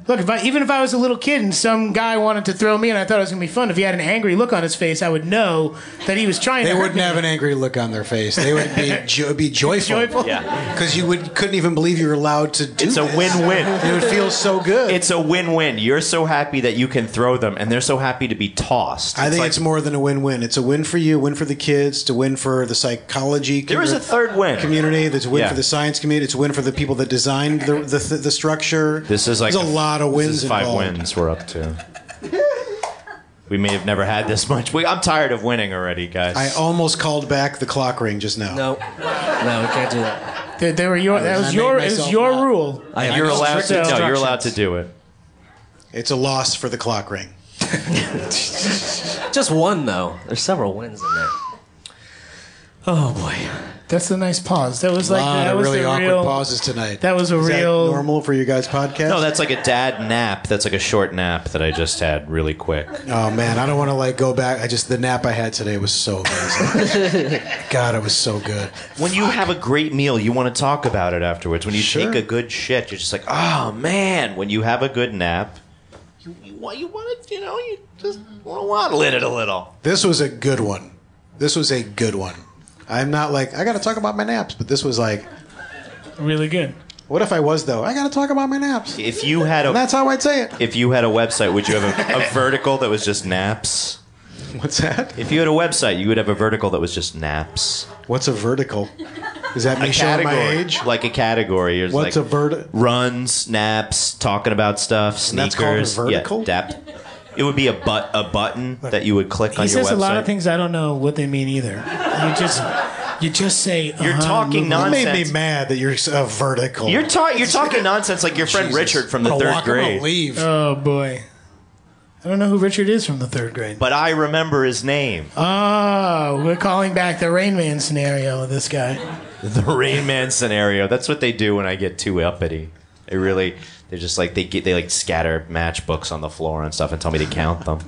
Look, if I, even if I was a little kid and some guy wanted to throw me and I thought it was going to be fun, if he had an angry look on his face, I would know that he was trying
They
to. hurt
wouldn't
me.
have an angry look on their face. They would
[laughs]
be jo- be joyful. [laughs]
Joyful?
Yeah.
Because you would couldn't even believe you were allowed to do.
It's a
this.
win-win.
It would feel so good.
It's a win-win. You're so happy that you can throw them, and they're so happy to be tossed.
I think
like-
it's more than a win-win. It's a win for you, win for the kids, to win for the psychology.
There is a third win.
community. That's a win
Yeah.
for the science community. It's a win for the people that designed the the, the, the structure.
This is like
There's a, lot of wins
This is five
involved.
wins we're up to. we may have never had this much. We, I'm tired of winning already, guys.
I almost called back the clock ring just now.
No, no, we can't do that.
They, they were your, that
I
was
made
your, it was
myself
your
laugh.
rule.
I
you're allowed to.
strict
No, you're allowed to do it.
It's a loss for the clock ring.
Just one though. There's several wins in there. Oh boy.
That's a nice pause. That was like
a lot
that
of
was
really
the
awkward
real.
pauses tonight.
That was a
Is that
real.
normal for you guys' podcast.
No, that's like a dad nap. That's like a short nap that I just had really quick.
Oh man, I don't want to like go back. I just the nap I had today was so amazing.
[laughs]
God, it was so good.
When you have a great meal, you want to talk about it afterwards. When you
Sure.
take a good shit, you're just like, oh man. When you have a good nap, you you, want- you want to, you know, you just want to waddle in it a little.
This was a good one. This was a good one. I'm not like I got to talk about my naps, but this was like,
really good.
what if I was though? I got to talk about my naps.
If you had
And
a
that's how I'd say it.
if you had a website, would you have
[laughs]
a, a vertical that was just naps?
What's that?
If you had a website, you would have a vertical that was just naps.
What's a vertical? Is that me
a
showing
category,
my age?
like a category. You're just
What's
like
a vert-
Runs, naps, talking about stuff,
And that's called a
sneakers.
vertical?
Yeah, dap. It would be a but a button that you would click on
He
your
says
website.
a lot of things I don't know what they mean either. You just you just say
You're
uh-huh,
talking
move
You
on.
nonsense.
made me mad that you're a vertical.
You're, ta- you're talking nonsense like your friend
Jesus.
Richard from the
I'm gonna
third
walk, I'm gonna
grade.
leave.
Oh boy, I don't know who Richard is from the third grade.
But I remember his name.
Oh, we're calling back the Rain Man scenario with this guy.
[laughs] The Rain Man scenario. That's what they do when I get too uppity. They really, they're just like, they get, they like scatter matchbooks on the floor and stuff and tell me to count
[laughs]
them.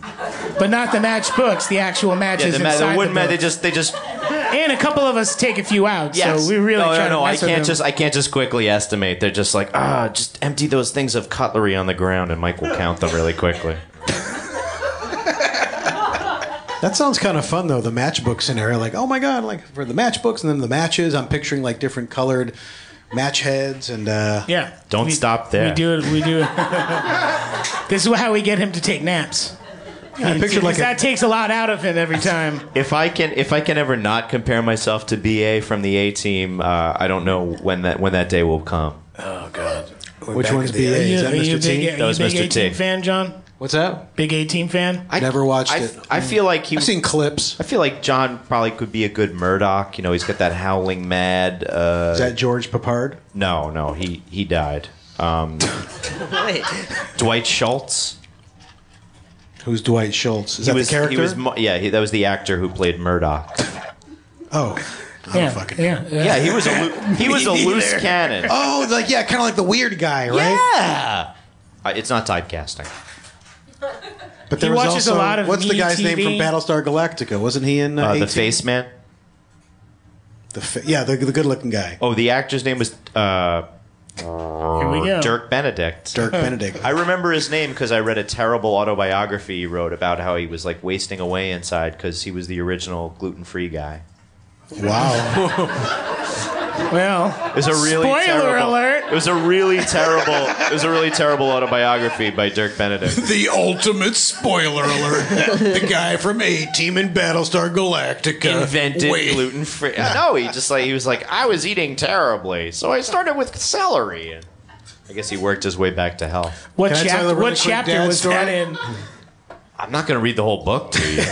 But not the match books, the actual
Yeah,
matches
the, ma-
inside
the
the
wood ma- they
book.
just, they just,
And a couple of us take a few out,
yes.
so we really
no,
try
no,
to
no, I
mess with
can't
them.
just, I can't just quickly estimate. They're just like, ah, just empty those things of cutlery on the ground and Mike will count them really quickly.
That sounds kind of fun though. The matchbook scenario, like oh my god, like for the matchbooks and then the matches. I'm picturing like different colored match heads and uh,
yeah.
Don't
We-
stop there.
We do it. [laughs] We do it. this is how we get him to take naps.
I pictured like
Because
a,
that takes a lot out of him every time.
If I can, if I can ever not compare myself to BA from the A team, uh, I don't know when that when that day will come.
which
back
one's
to the
BA? Is that
Are you a
Mr.
big,
T?
are you
That was
a big
Mr.
18
T.
fan, John?
What's that?
Big 18 fan?
I never watched
I,
it.
I feel like he.
I've seen clips.
I feel like John probably could be a good Murdoch. You know, he's got that howling mad. Uh,
Is that George Papard?
no, no, he he died. Um,
Oh, Wait.
Dwight Schultz.
Who's Dwight Schultz? Is that
he was,
the character?
He was, Mu- yeah, he, that was the actor who played Murdoch.
oh, I
Yeah,
don't fucking.
yeah, yeah.
Yeah, he was a loo- he
[laughs]
was a loose cannon.
Oh, like yeah, kind of like the weird guy, right?
Yeah. Uh, it's not typecasting.
But there
He
was
watches a
also-
lot of
what's the
Me
guy's name from
TV.
Battlestar Galactica? Wasn't he in uh,
Uh, the
18?
face man.
The fa- yeah, the, the good-looking guy,
Oh, the actor's name was uh,
Here we go.
Dirk Benedict.
[laughs]
Dirk Benedict.
I remember his name because I read a terrible autobiography he wrote about how he was like wasting away inside because he was the original gluten free guy.
wow,
Well,
It was a really
Spoiler
terrible,
alert!
It was a really terrible. it was a really terrible autobiography by Dirk Benedict.
[laughs] the ultimate spoiler [laughs] alert. the guy from A Team in Battlestar
[laughs]
Galactica
Invented gluten free. [laughs] No, he just like he was like I was eating terribly, so I started with celery. And I guess he worked his way back to health.
what
Can I tell
chapter?
the really
what
quick
chapter
dad
was that
story?
in?
I'm not going to read the whole book to you.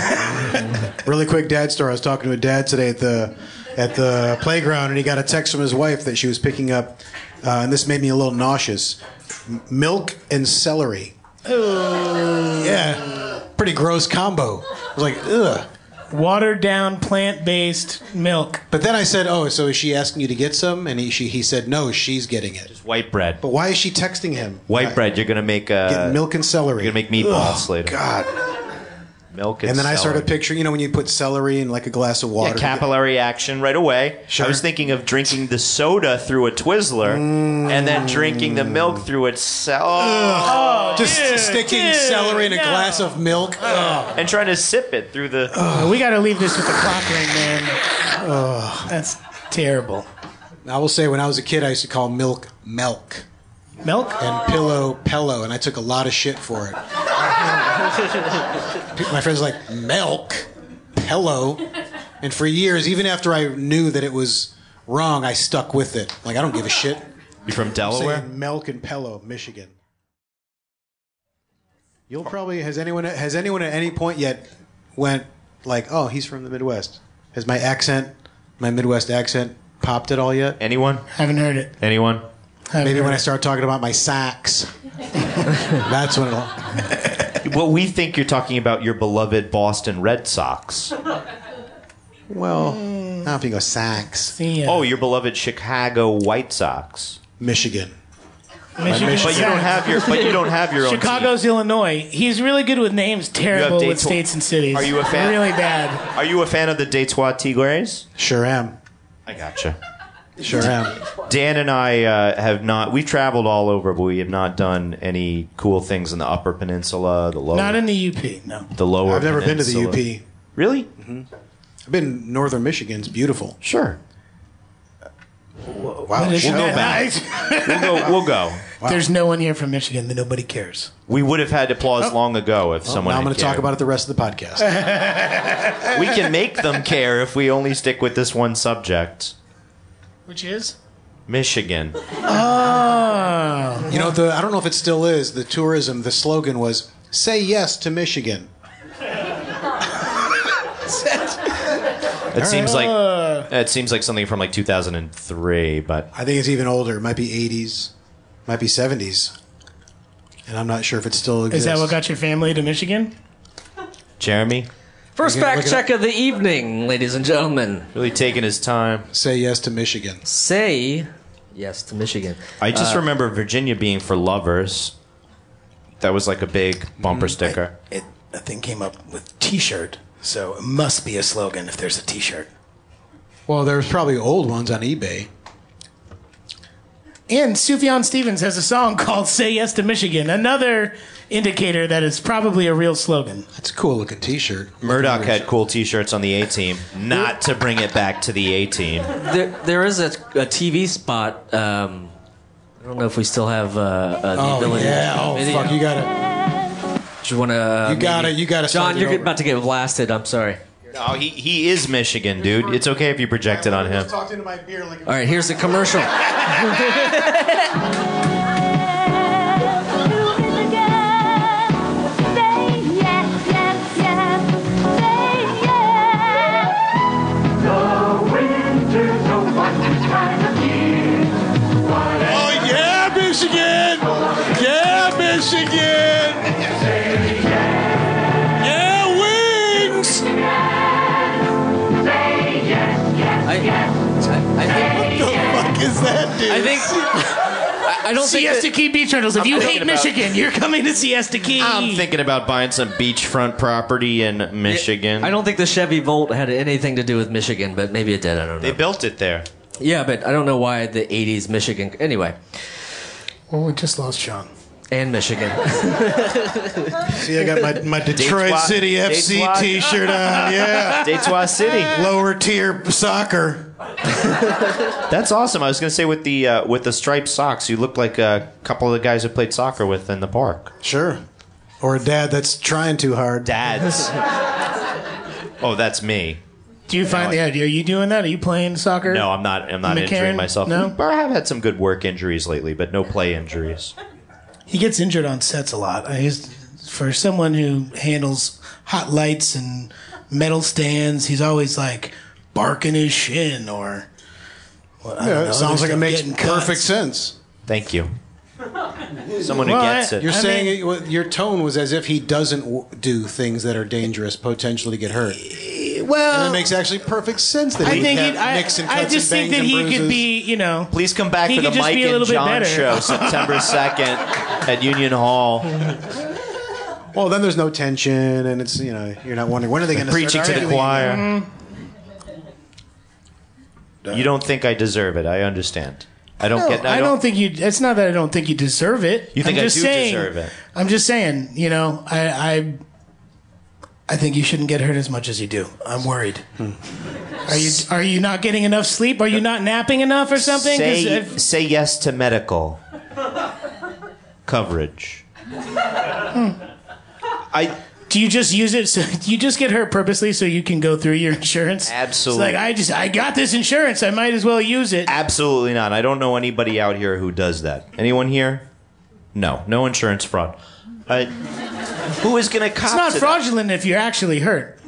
Really quick dad story. I was talking to a dad today at the at the playground, and he got a text from his wife that she was picking up, uh, and this made me a little nauseous. M- milk and celery. Yeah, pretty gross combo. I was like, ugh.
Watered down plant based milk.
But then I said, oh, so is she asking you to get some? And he she, he said, no, she's getting it.
[laughs] White bread.
But why is she texting him?
White bread. You're going to make uh,
Get milk and celery.
You're going to make meatballs
Ugh,
later.
God.
milk and,
And then I started
celery.
picturing, you know, when you put celery in like a glass of water.
Yeah, capillary action right away. I was thinking of drinking the soda through a Twizzler and then drinking the milk through a cell.
Ugh. Just sticking
dude,
celery in a
no.
glass of milk. Ugh.
and trying to sip it through the.
Uh, we got to leave this with the clock ring, man. That's terrible.
I will say, when I was a kid, I used to call milk milk
Milk?
and pillow pillow, and I took a lot of shit for it. Pe- My friends were like milk pillow, and for years, even after I knew that it was wrong, I stuck with it. Like I don't give a shit.
You from
Saying
Delaware?
milk and pillow, Michigan. You'll probably has anyone has anyone at any point yet went like, oh, he's from the Midwest. Has my accent, my Midwest accent, popped at all yet?
Anyone?
Haven't heard it.
Anyone?
Haven't
Maybe
heard
when I
it.
start talking about my sacks. [laughs] That's when it'll.
Well, we think you're talking about your beloved Boston Red Sox.
Well, not if you go sacks.
Yeah.
Oh, your beloved Chicago White Sox.
Michigan.
Michigan.
But you don't have your. But you don't have your own. team.
Chicago's Illinois. He's really good with names. Terrible
You
with
have Dayton-
states and cities.
Are you a fan?
Really bad.
Are you a fan of the Detroit Tigres?
Sure am.
I gotcha.
Sure am.
Dan and I uh, have not. We've traveled all over, but we have not done any cool things in the Upper Peninsula, the lower,
Not in the UP. No.
the lower.
I've never been to the Mm-hmm.
Peninsula.
UP.
Really?
I've been northern Michigan's beautiful.
Sure.
Wow.
We'll
go back. We'll go. We'll go.
There's no one here from Michigan that nobody cares.
We would have had applause long ago if
Well,
someone.
Oh. now I'm
had
going to talk
cared.
about it the rest of the podcast.
We can make them care if we only stick with this one subject.
Which is?
Michigan.
Oh.
you know, the I don't know if it still is. The tourism, the slogan was "Say yes to Michigan."
It seems
Uh.
like it seems like something from like 2003, but
I think it's even older. It might be 80s, might be 70s, and I'm not sure if it still
Is
exists.
that what got your family to Michigan?
Jeremy
First
gonna look
fact
it
check of the evening, ladies and gentlemen.
really taking his time.
Say yes to Michigan.
Say yes to Michigan.
I
Uh.
just remember Virginia being for lovers. That was like a big
Mm-hmm.
bumper sticker.
It, a thing came up with T-shirt, so it must be a slogan if there's a T-shirt.
Well, there's probably old ones on eBay.
And Sufjan Stevens has a song [laughs] called Say Yes to Michigan, another indicator that it's probably a real slogan.
That's a cool looking T-shirt.
Murdoch had cool T-shirts on the A team. Not to bring it back to the A team.
There, there is a, a TV spot. Um, I don't know if we still have uh, uh, the
Oh
ability.
yeah!
to
Oh
video.
fuck! You got [laughs] it.
Do you want to?
You gotta- you gotta start
John,
it
you're
over.
about to get blasted. I'm sorry.
No, Oh, he he is Michigan, dude. It's okay if you project it on him.
Talked into my beer like.
All right, here's the commercial.
Oh yeah, Michigan! Yeah, Michigan! Yeah, wings!
I, I,
The fuck is that, dude?
I think. I think. I- I don't think.
Siesta
that-
Key Beach Rentals. If you
thinking
hate
about- Um,
Michigan, you're coming to Siesta Key.
I'm thinking about buying some beachfront property in Michigan.
I don't think the Chevy Volt had anything to do with Michigan, but maybe it did. I don't
They
know.
built it there.
Yeah, but I don't know why the '80s Michigan. Anyway,
Well, we just lost Sean.
and Michigan.
See, I got my, my
[laughs]
Detroit
Dateswa-
City FC
Dateswa-
T-shirt on. Yeah,
Detroit City.
lower tier soccer.
That's awesome. I was going to say with the uh, with the striped socks, you look like a couple of the guys I played soccer with in the park.
Sure. Or a dad that's trying too hard.
Dads. oh, that's me.
Do you find the idea? Are you doing that? Are you playing soccer?
No, I'm not. I'm not
McCarran?
injuring myself.
No?
but I have had some good work injuries lately, but no play injuries.
He gets injured on sets a lot. I used, for someone who handles hot lights and metal stands, he's always like barking his shin or. well, I don't know,
Yeah, sounds like it
just
makes
getting cuts.
perfect sense.
Thank
[laughs]
you. Someone who
Well,
gets
I-
it.
You're
I
saying
mean-
it, well, your tone was as if he doesn't w- do things that are dangerous, potentially to get hurt.
Well,
It makes actually perfect sense that
Um, I
he
think
had
it, I,
nicks and cuts
I just
and bangs
think that
and
he
bruises.
could be, you know.
Please come back
He
for the
could just
Mike
be a
and
[laughs] little bit
John
better.
show September second at Union Hall.
Well, then there's no tension, and it's you know you're not wondering when are they going to
Preaching to the choir.
Mhm.
You don't think I deserve it. I understand. I don't
No,
get.
I, don't, think you. It's not that I don't think you deserve it.
You think
I'm
I
just
do
saying,
deserve it.
I'm just saying. You know, I, I, I think you shouldn't get hurt as much as you do. I'm worried.
Hmm.
Are you Are you not getting enough sleep? Are you not napping enough or something? 'Cause
Say,
if-
say yes to
[laughs]
medical coverage.
Hmm.
I
do you just use it? So, [laughs] do you just get hurt purposely so you can go through your insurance?
Absolutely.
It's like I just I got this insurance. I might as well use it.
absolutely not. I don't know anybody out here who does that. Anyone here? No, no insurance fraud. I, who is going to cop
It's not
to that?
fraudulent if you're actually hurt.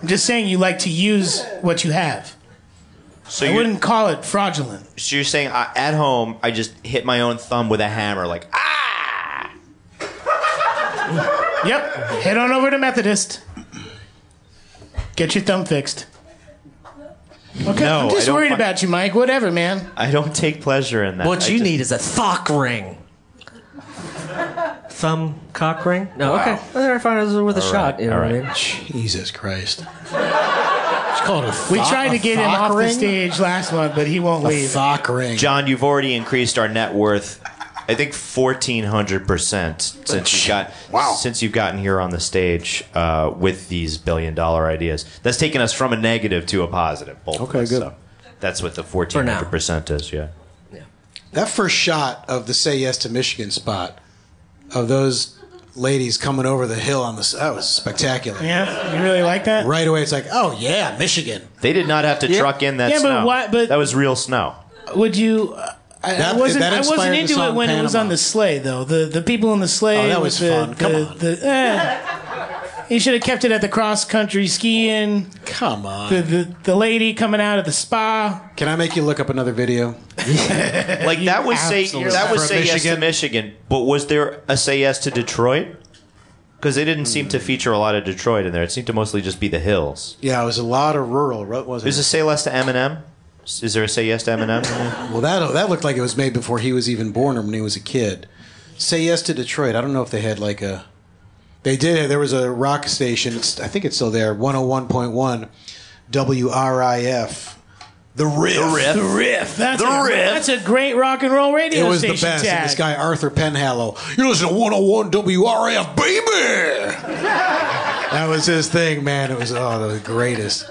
I'm just saying you like to use what you have.
So
I
you-
wouldn't call it fraudulent.
So you're saying uh, at home, I just hit my own thumb with a hammer, like ah.
Yep. Head on over to Methodist. Get your thumb fixed. Okay,
No,
I'm
I
just
don't
worried
fi-
about you, Mike. Whatever, man.
I don't take pleasure in that.
What
I
you
just-
need is a thock ring. Thumb cock ring? No, okay. All right, fine. It was worth a shot. You know
all
what I
right.
mean?
Jesus Christ! It's called a.
We
thok-
tried to
a
get him
thok
off
ring?
the stage last month, but he won't
A
leave.
thock ring.
John, you've already increased our net worth. I think fourteen hundred percent since you got since you've gotten here on the stage uh, with these billion dollar ideas. That's taken us from a negative to a positive. Both of
Okay,
us,
good.
so that's what the fourteen hundred percent is. Yeah.
That first shot of the "Say Yes to Michigan" spot of those ladies coming over the hill on this that was spectacular.
Yeah, you really like that?
Right away, it's like, oh yeah, Michigan.
They did not have to truck in that
Yeah, but
snow.
why- but-
that was real snow.
Would you? I,
That-
I wasn't.
that
I
inspired
wasn't
the
into it
song
when it was
Panama.
on the sleigh, though. The the people in the sleigh.
Oh, that
with
was
the,
fun. Come
the-
on.
the- eh. You should have kept it at the cross country skiing.
Come on.
The, the the lady coming out of the spa.
Can I make you look up another video?
Like that was say
absolutely-
that was
From
say yes to
Michigan?
Michigan, but was there a say yes to Detroit? Because they didn't seem to
Hmm.
feature a lot of Detroit in there. It seemed to mostly just be the hills.
Yeah, it was a lot of rural, ro- wasn't
Is
it?
a say yes to Eminem? Is there a say yes to
[laughs]
Eminem? in there?
well, that that looked like it was made before he was even born or when he was a kid. Say yes to Detroit. I don't know if they had like a. They did. There was a rock station. It's, I think it's still there. One hundred one point one, WRIF. The riff.
The riff. That's
The
a,
riff.
That's a great rock and roll radio
It was the
station
best.
tag.
And this guy Arthur Penhallow. You're listening to 101 WRF,
[laughs]
baby. that was his thing, man. It was oh the greatest.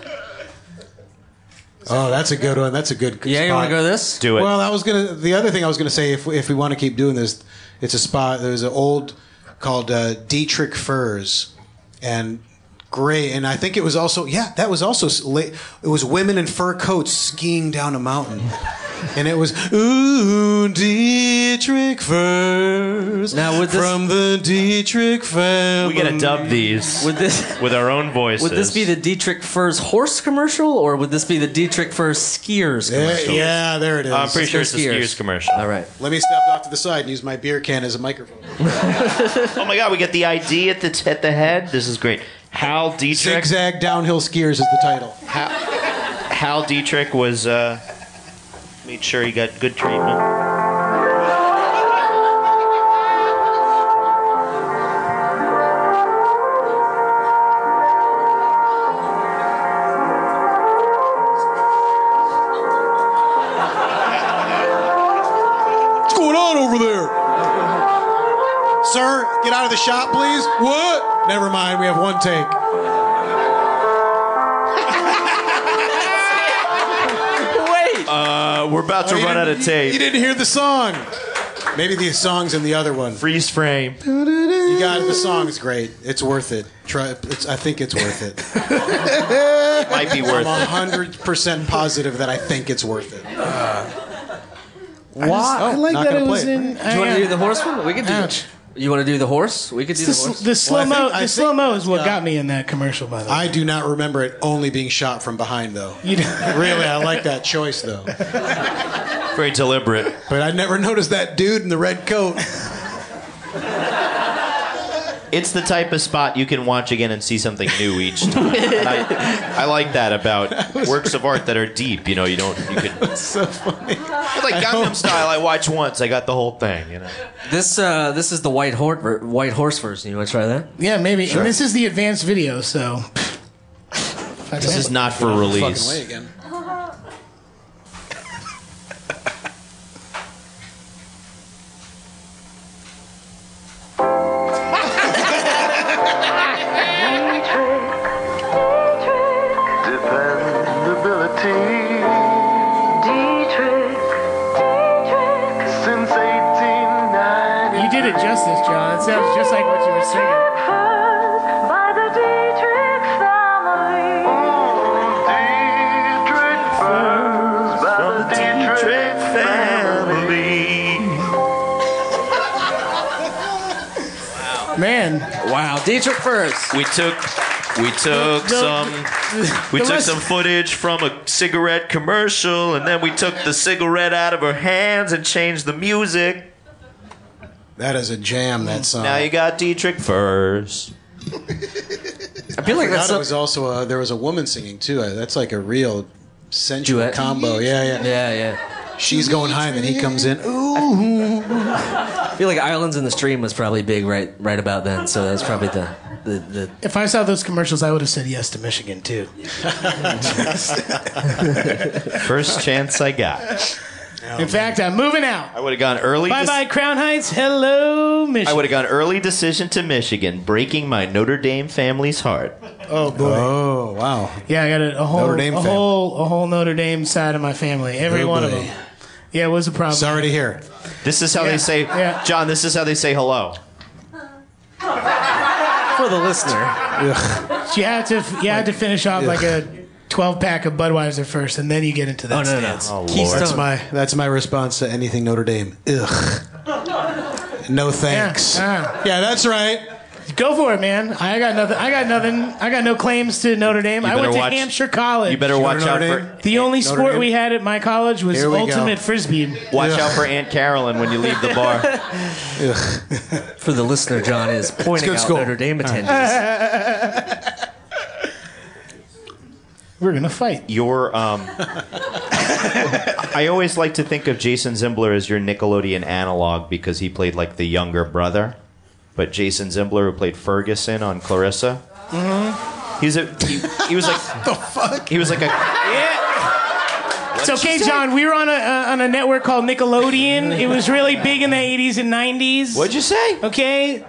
Oh, that's a good one. That's a good.
Yeah, you
spot.
want to go to this?
Do it.
Well, I was gonna. The other thing I was gonna say, if if we want to keep doing this, it's a spot. There's an old called uh, Dietrich Furs, and great. And I think it was also yeah, that was also s- late. It was women in fur coats skiing down a mountain, and it was ooh Dietrich Furs.
Now, would this-
from the Dietrich family.
we gotta dub these
um, Would this
with our own voices.
would this be the Dietrich Furs horse commercial, or would this be the Dietrich Furs skiers
Yeah,
commercial?
yeah, there it is.
I'm pretty sure it's the
Skiers.
Skiers commercial.
All right.
Let me step off to the side and use my beer can as a microphone.
Oh my God, we get the ID at the t- at the head. This is great. Hal Dietrich.
Zigzag downhill skiers is the title.
Hal Dietrich was uh, made sure he got good treatment.
What's going on over there? Sir, get out of the shop, please. What? Never mind, we have one take.
Wait.
Uh, we're about
Oh,
to
Oh, You
run out
didn't-
of tape.
You didn't hear the song. Maybe the song's in the other one.
Freeze frame.
You got it. The song's great. It's worth it. Try. It's, I think it's worth it. [laughs]
Might be
I'm
worth it.
hundred percent positive that I think it's worth it.
I, just- I
Oh,
like
not
that
gonna
it
play
was
it.
in.
do you want
I, uh,
to do the horse one? We could do.
Ouch.
You want to do the horse? We could do the
the,
horse.
the slow
Well, I
mo.
think- I
The
think-
slow mo is what
yeah.
got me in that commercial, by the way.
I do not remember it only being shot from behind though.
You know-
Really, I like that choice though.
Very deliberate.
But I never noticed that dude in the red coat.
it's the type of spot you can watch again and see something new each time. And I, I like that about works of art that are deep. You know, you don't you can
so funny.
like Gangnam Style. I watch once, I got the whole thing. You know,
This uh, this is the white horse white horse version. You want to try that?
Yeah, maybe. And this is the advanced video, so.
this is not for
Fucking way
release.
again.
You did it justice, John. It sounds just like what you were singing. Man,
Wow, Dietrich first.
We took we took some we took
rest-
some footage from a cigarette commercial, and then we took the cigarette out of her hands and changed the music.
That is a jam. That song.
Now you got Dietrich first.
I feel like
I
that's
thought it
not,
was also a, there was a woman singing too. Uh, That's like a real sensual
Duet.
combo. Yeah, yeah,
yeah, yeah.
She's going high, and then he comes in. Ooh,
I feel like Islands in the Stream was probably big right right about then. So that's probably the the, the
if I saw those commercials, I would have said yes to Michigan too.
First chance I got.
In fact, I'm moving out.
I would have gone early.
Bye bye, Crown Heights. Hello,
I would
Michigan.
have gone early decision to Michigan, breaking my Notre Dame family's heart.
Oh boy.
oh wow.
Yeah, I got a, a whole
Notre Dame
a
family.
whole a whole Notre Dame side of my family. Every
Oh,
one of
boy.
them. Yeah, it was a problem.
Sorry to hear.
This is how
Yeah,
they say,
yeah.
John. This is how they say hello.
for the listener.
You had to you had to finish off like a twelve pack of Budweiser first, and then you get into that.
Oh no no, no.
That's
stance.
Keystone.
my that's my response to anything Notre Dame. Ugh. No thanks.
yeah.
Yeah, that's right.
Go for it, man. I got nothing. I got nothing. I got no claims to Notre Dame. I
better
went to
watch-
Hampshire College.
You better watch out
Notre
for
Dame?
The only
Notre
sport
Dame?
we had at my college was
Here we go.
ultimate frisbee.
watch out for Aunt Carolyn when you leave the bar.
For the listener, John is pointing
good
out
school.
Notre Dame attendees.
We're gonna fight.
Your um, I always like to think of Jason Zimbler as your Nickelodeon analog because he played like the younger brother. But Jason Zimbler, who played Ferguson on Clarissa, he's a he, he was like Mm-hmm. [laughs] the fuck. He was like a
It's okay, John. We were on a uh, on a network called Nickelodeon. it was really big in the '80s and '90s.
what'd you say?
Okay.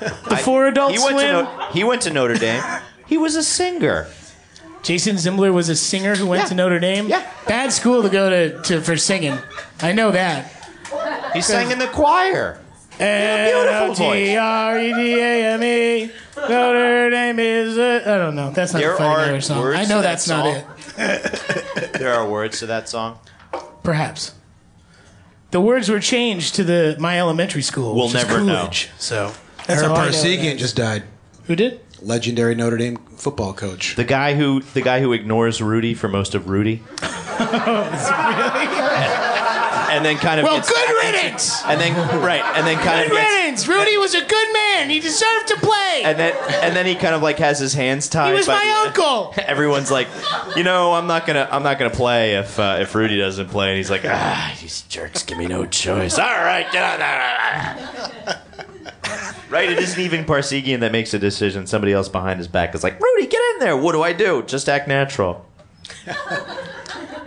The four adult
He went, to
swim.
no- he went to Notre Dame. He was a singer.
Jason Zimbler was a singer who went
Yeah.
to Notre Dame.
Yeah.
Bad school to go to, to for singing. I know that.
He sang in the choir. beautiful voice.
E N-O-T-R-E-D-A-M-E. E. Notre Dame is a... I don't know. That's not
There
a Fighting
are
Irish song.
words
I
to that
know that's not
song.
it.
There are words to that song.
Perhaps. The words were changed to the my elementary school.
We'll
which is
never know.
Coolidge. So that's
Aaron
all I know of
Parsegian
that.
just died.
Who did?
Legendary Notre Dame football coach.
The guy who the guy who ignores Rudy for most of
[laughs]
Rudy, and then kind of
Well,
gets
good
back into-
riddance.
and then right, and then kind of
Good
gets,
riddance. Rudy was a good man. He deserved to play.
and then and then he kind of like has his hands tied.
he was
by
my
the-
uncle.
[laughs] Everyone's like, you know, I'm not gonna I'm not gonna play if uh, if Rudy doesn't play, and he's like, ah, these jerks give me no choice. All right, get on there. Right, it isn't even Parsegian that makes a decision. Somebody else behind his back is like, Rudy, get in there. What do I do? Just act natural.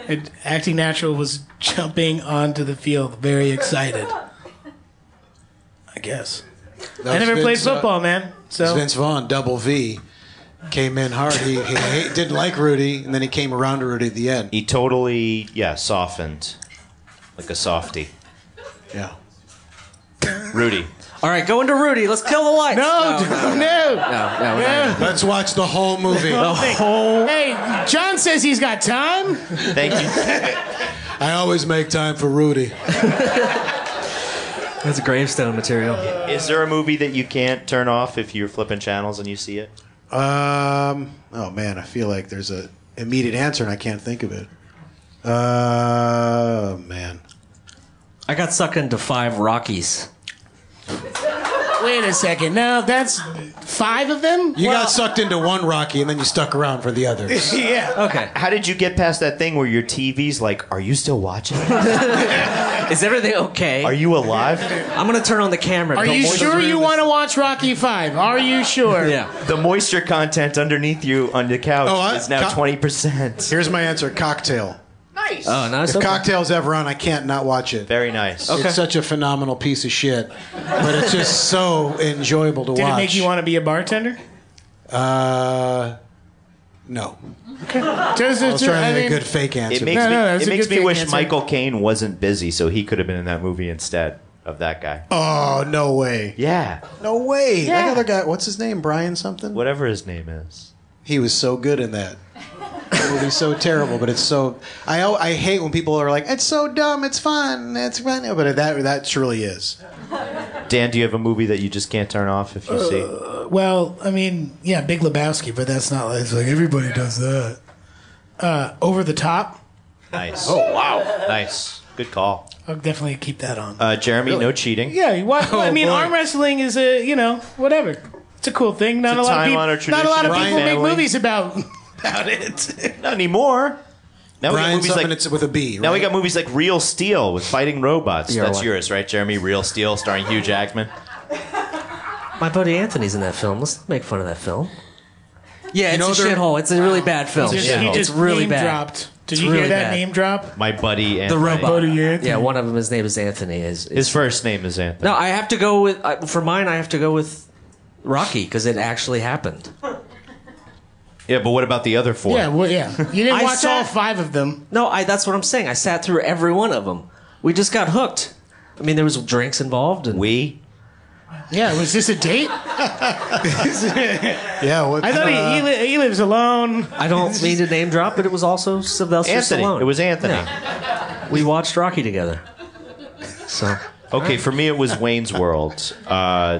And acting natural was jumping onto the field, very excited. I guess.
That
I
was
never played
Vince, uh,
football, man.
it was
So
Vince Vaughn, double V, came in hard. He, he hate- didn't like Rudy, and then he came around to Rudy at the end.
He totally, yeah, softened, like a softy.
Yeah.
Rudy,
All right, go into Rudy. Let's kill the lights.
Oh,
no,
no,
no,
no, no, we're not gonna-
Let's watch the whole [laughs] movie.
Hey, John says he's got time.
thank you.
I always make time for Rudy.
That's gravestone material.
Is there a movie that you can't turn off if you're flipping channels and you see it?
Um. Oh man, I feel like there's a immediate answer, and I can't think of it. Uh, man.
I got sucked into five Rockies.
Wait a second. No, that's five of them?
You got sucked into one Rocky and then you stuck around for the others.
yeah.
Okay.
How did you get past that thing where your TV's like, "Are you still watching?
Is everything okay?
Are you alive?"
I'm gonna turn on the camera.
Are
The
you
moisture
sure you
room
want to
is-
watch Rocky 5? Are you sure?
Yeah.
The moisture content underneath you on the couch
Oh, I-
is now
co-
twenty percent.
[laughs] Here's my answer cocktail.
Oh, no, it's
If
okay.
cocktail's ever on, I can't not watch it.
Very nice.
It's such a phenomenal piece of shit, but it's just so enjoyable to
Did
watch.
it make you want to be a bartender?
Uh, no.
Does it
I was trying
I
to make
mean,
a good fake answer.
It makes
No,
me,
no, that's
it
a
makes
good
me
thing,
wish
answer.
Michael Caine wasn't busy, so he could have been in that movie instead of that guy.
oh no way!
Yeah,
No way!
Yeah.
That other guy, what's his name? Brian something?
whatever his name is.
He was so good in that. It would be so terrible, but it's so. I al- I hate when people are like, "It's so dumb, it's fun, it's fun," but that that truly
Oh,
is.
Dan, do you have a movie that you just can't turn off if you see?
Well, I mean, yeah, Big Lebowski, but that's not like, it's like everybody does that. Uh, over the top.
Nice. Oh wow, nice. Good call.
I'll definitely keep that on.
Uh, Jeremy, no cheating.
yeah, why, I mean,
boy.
arm wrestling is a you know whatever. It's a cool thing. Not
a
a, lot of people.
time-honored
Not a lot
tradition.
of people
Right.
make
Family.
movies about about it.
[laughs] [laughs] Not anymore. Now we got
Brian
movies
something
like-
it's with a B. Right?
Now we got movies like Real Steel with fighting robots.
Yeah,
That's
what?
yours, right, Jeremy? Real Steel, starring Hugh Jackman.
My buddy Anthony's in that film. Let's make fun of that film. Yeah,
know
it's a
they're-
shithole. It's a really bad film.
Just-
Yeah.
He
Oh, It's
just
really
name
bad.
dropped. Did
It's
you
really
hear that
bad.
name drop?
My buddy and
The robot.
Buddy Anthony.
Yeah, one of them. His name is Anthony. Is, is
His first name is Anthony.
no? I have to go with I, for mine. I have to go with Rocky because it actually happened.
Yeah, but what about the other four?
Yeah, well, yeah. You didn't
I
watch
sat-
all five of them.
No, I. That's what I'm saying. I sat through every one of them. We just got hooked. I mean, there was drinks involved, and
We.
Yeah, was this a date? [laughs]
yeah. What,
I thought he,
Uh,
he, li- he lives alone.
I
[laughs]
don't mean to name drop, but it was also Sylvester
Anthony.
Stallone.
It was Anthony.
Yeah. We watched Rocky together. So
Okay, for me it was Wayne's World. Uh,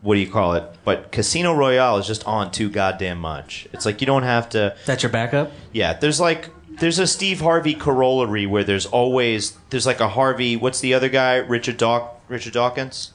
what do you call it? But Casino Royale is just on too goddamn much. It's like you don't have to.
that's your backup.
Yeah, there's like there's a Steve Harvey corollary where there's always there's like a Harvey. What's the other guy? Richard Daw Richard Dawkins.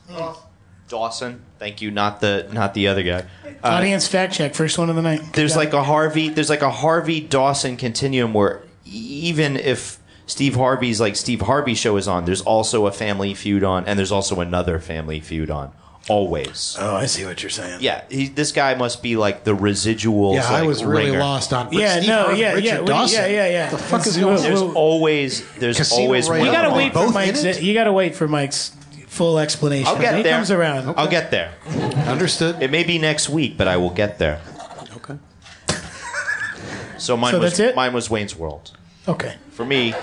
Dawson. Thank you. Not the not the other guy.
Audience fact check. First one of the night.
uh, there's like a Harvey there's like a Harvey Dawson continuum where even if Steve Harvey's like Steve Harvey show is on, there's also a Family Feud on, and there's also another Family Feud on. Always,
Uh,
Oh, I see what you're saying.
yeah. He, this guy must be like the residual.
yeah, I
like,
was really
ringer.
lost on.
Yeah,
Steve
no,
Harvey,
yeah,
Richard
yeah, we-
Dawson.
yeah, yeah, yeah.
The fuck is
It's-
going?
we'll-
on?
There's always there's
Casino
always
Royale.
You
one
gotta
on.
wait for
Both in
Mike's.
it?
You gotta wait for Mike's full explanation.
I'll
he
get there.
comes around.
I'll get there.
Understood.
It may be next week, but I will get there.
Okay.
So mine
So
was
that's it?
mine was Wayne's World.
Okay.
for me,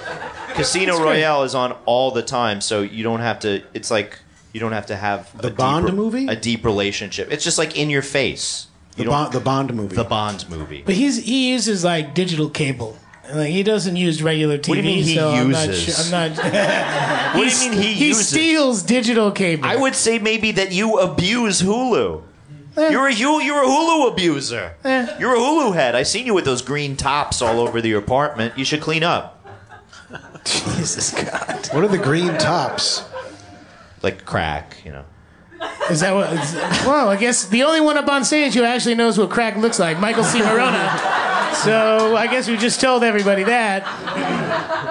Casino Royale is on all the time, so you don't have to. It's like you don't have to have
The Bond movie?
a deep relationship. It's just like in your face. You
The,
don't-
Bond, the Bond movie.
the Bond movie.
But he's he uses like digital cable. Like he doesn't use regular TV.
do you mean he
so
uses?
I'm not. Sure, I'm not
what do you mean [laughs] he,
he
uses?
steals digital cable.
I would say maybe that you abuse Hulu.
Eh.
You're a Hulu, you're a Hulu abuser.
Eh.
You're a Hulu head. I seen you with those green tops all over your apartment. You should clean up.
Jesus God.
what are the green tops?
Like crack, you know.
Is that what? Is, well, I guess the only one up on stage who actually knows what crack looks like, Michael C. Marona. so I guess we just told everybody that.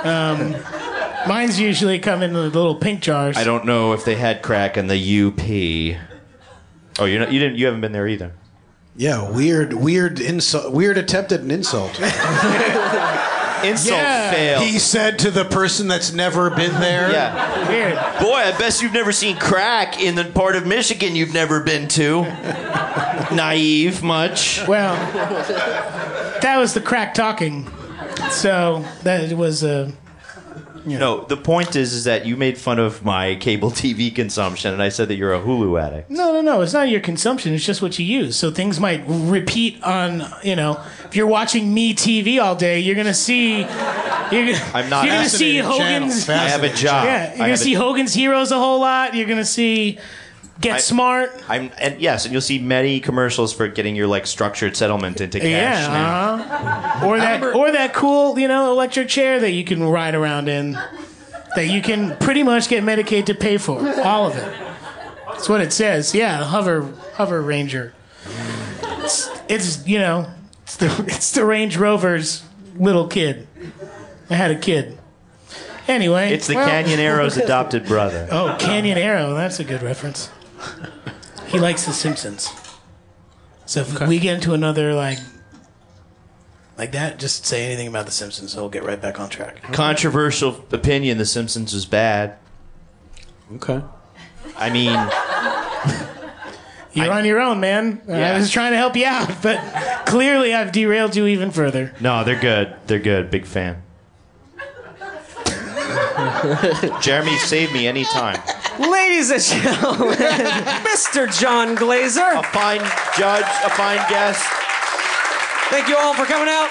Um, mine's usually come in the little pink jars.
I don't know if they had crack in the UP. Oh, you're not, you didn't you haven't been there either.
Yeah, weird, weird insult, weird attempt at an insult.
Insult
Yeah.
fail.
he said to the person that's never been there.
Yeah.
Weird.
Boy, I bet you've never seen crack in the part of Michigan you've never been [laughs] to. Naive much.
Well, that was the crack talking. So that was a.
No, the point is is that you made fun of my cable TV consumption and I said that you're a Hulu addict.
No, no, no. It's not your consumption. It's just what you use. So things might repeat on, you know, if you're watching me TV all day, you're going to see. You're,
I'm not
You're going to see
Fascinating channel.
Hogan's.
Fascinating
I have a job. I
Yeah, you're going to
have
see
a-
Hogan's Heroes a whole lot. You're going to see Get
I-
Smart.
I'm and yes, and you'll see many commercials for getting your like structured settlement into cash now.
Yeah. Uh-huh. Or that or that cool, you know, electric chair that you can ride around in that you can pretty much get Medicaid to pay for. All of it. That's what it says. Yeah, the hover hover ranger. It's, it's you know, it's the [laughs] it's the Range Rover's little kid. I had a kid. Anyway,
It's the
well-
Canyon [laughs] Arrow's adopted brother.
Oh, Canyon Arrow. That's a good reference. He likes The Simpsons. So if we get into another like like that, just say anything about The Simpsons, and we'll get right back on track.
Controversial opinion: The Simpsons was bad.
Okay.
I mean,
You're on your own, man. I
Yeah.
was trying to help you out, but clearly I've derailed you even further.
no, they're good. They're good. Big fan. Jeremy, save me anytime.
Ladies and
[laughs]
gentlemen, Mr. John
A
Glazer,
fine judge, a fine guest.
thank you all for coming out.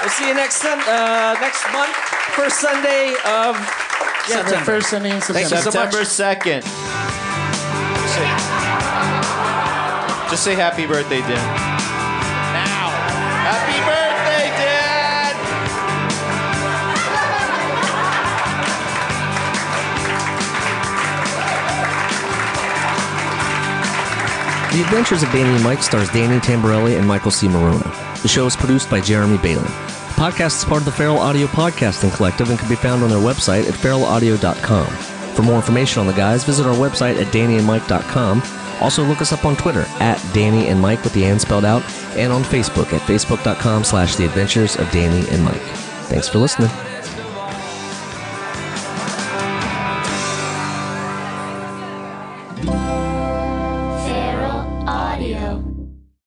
We'll see you next sun- uh, next month, first Sunday of
Yeah, the
September.
first Sunday in
you
September.
so much.
September second. Just say happy birthday, Dan. Now, happy birthday, Dan.
The Adventures of Danny and Mike stars Danny Tamborelli and Michael C. Marona. The show is produced by Jeremy Balin. The podcast is part of the Feral Audio Podcasting Collective and can be found on their website at feralaudio.com. For more information on the guys, visit our website at dannyandmike.com. Also, look us up on Twitter at Danny and Mike with the and spelled out, and on Facebook at facebook.com slash the adventures of Danny and Mike. Thanks for listening.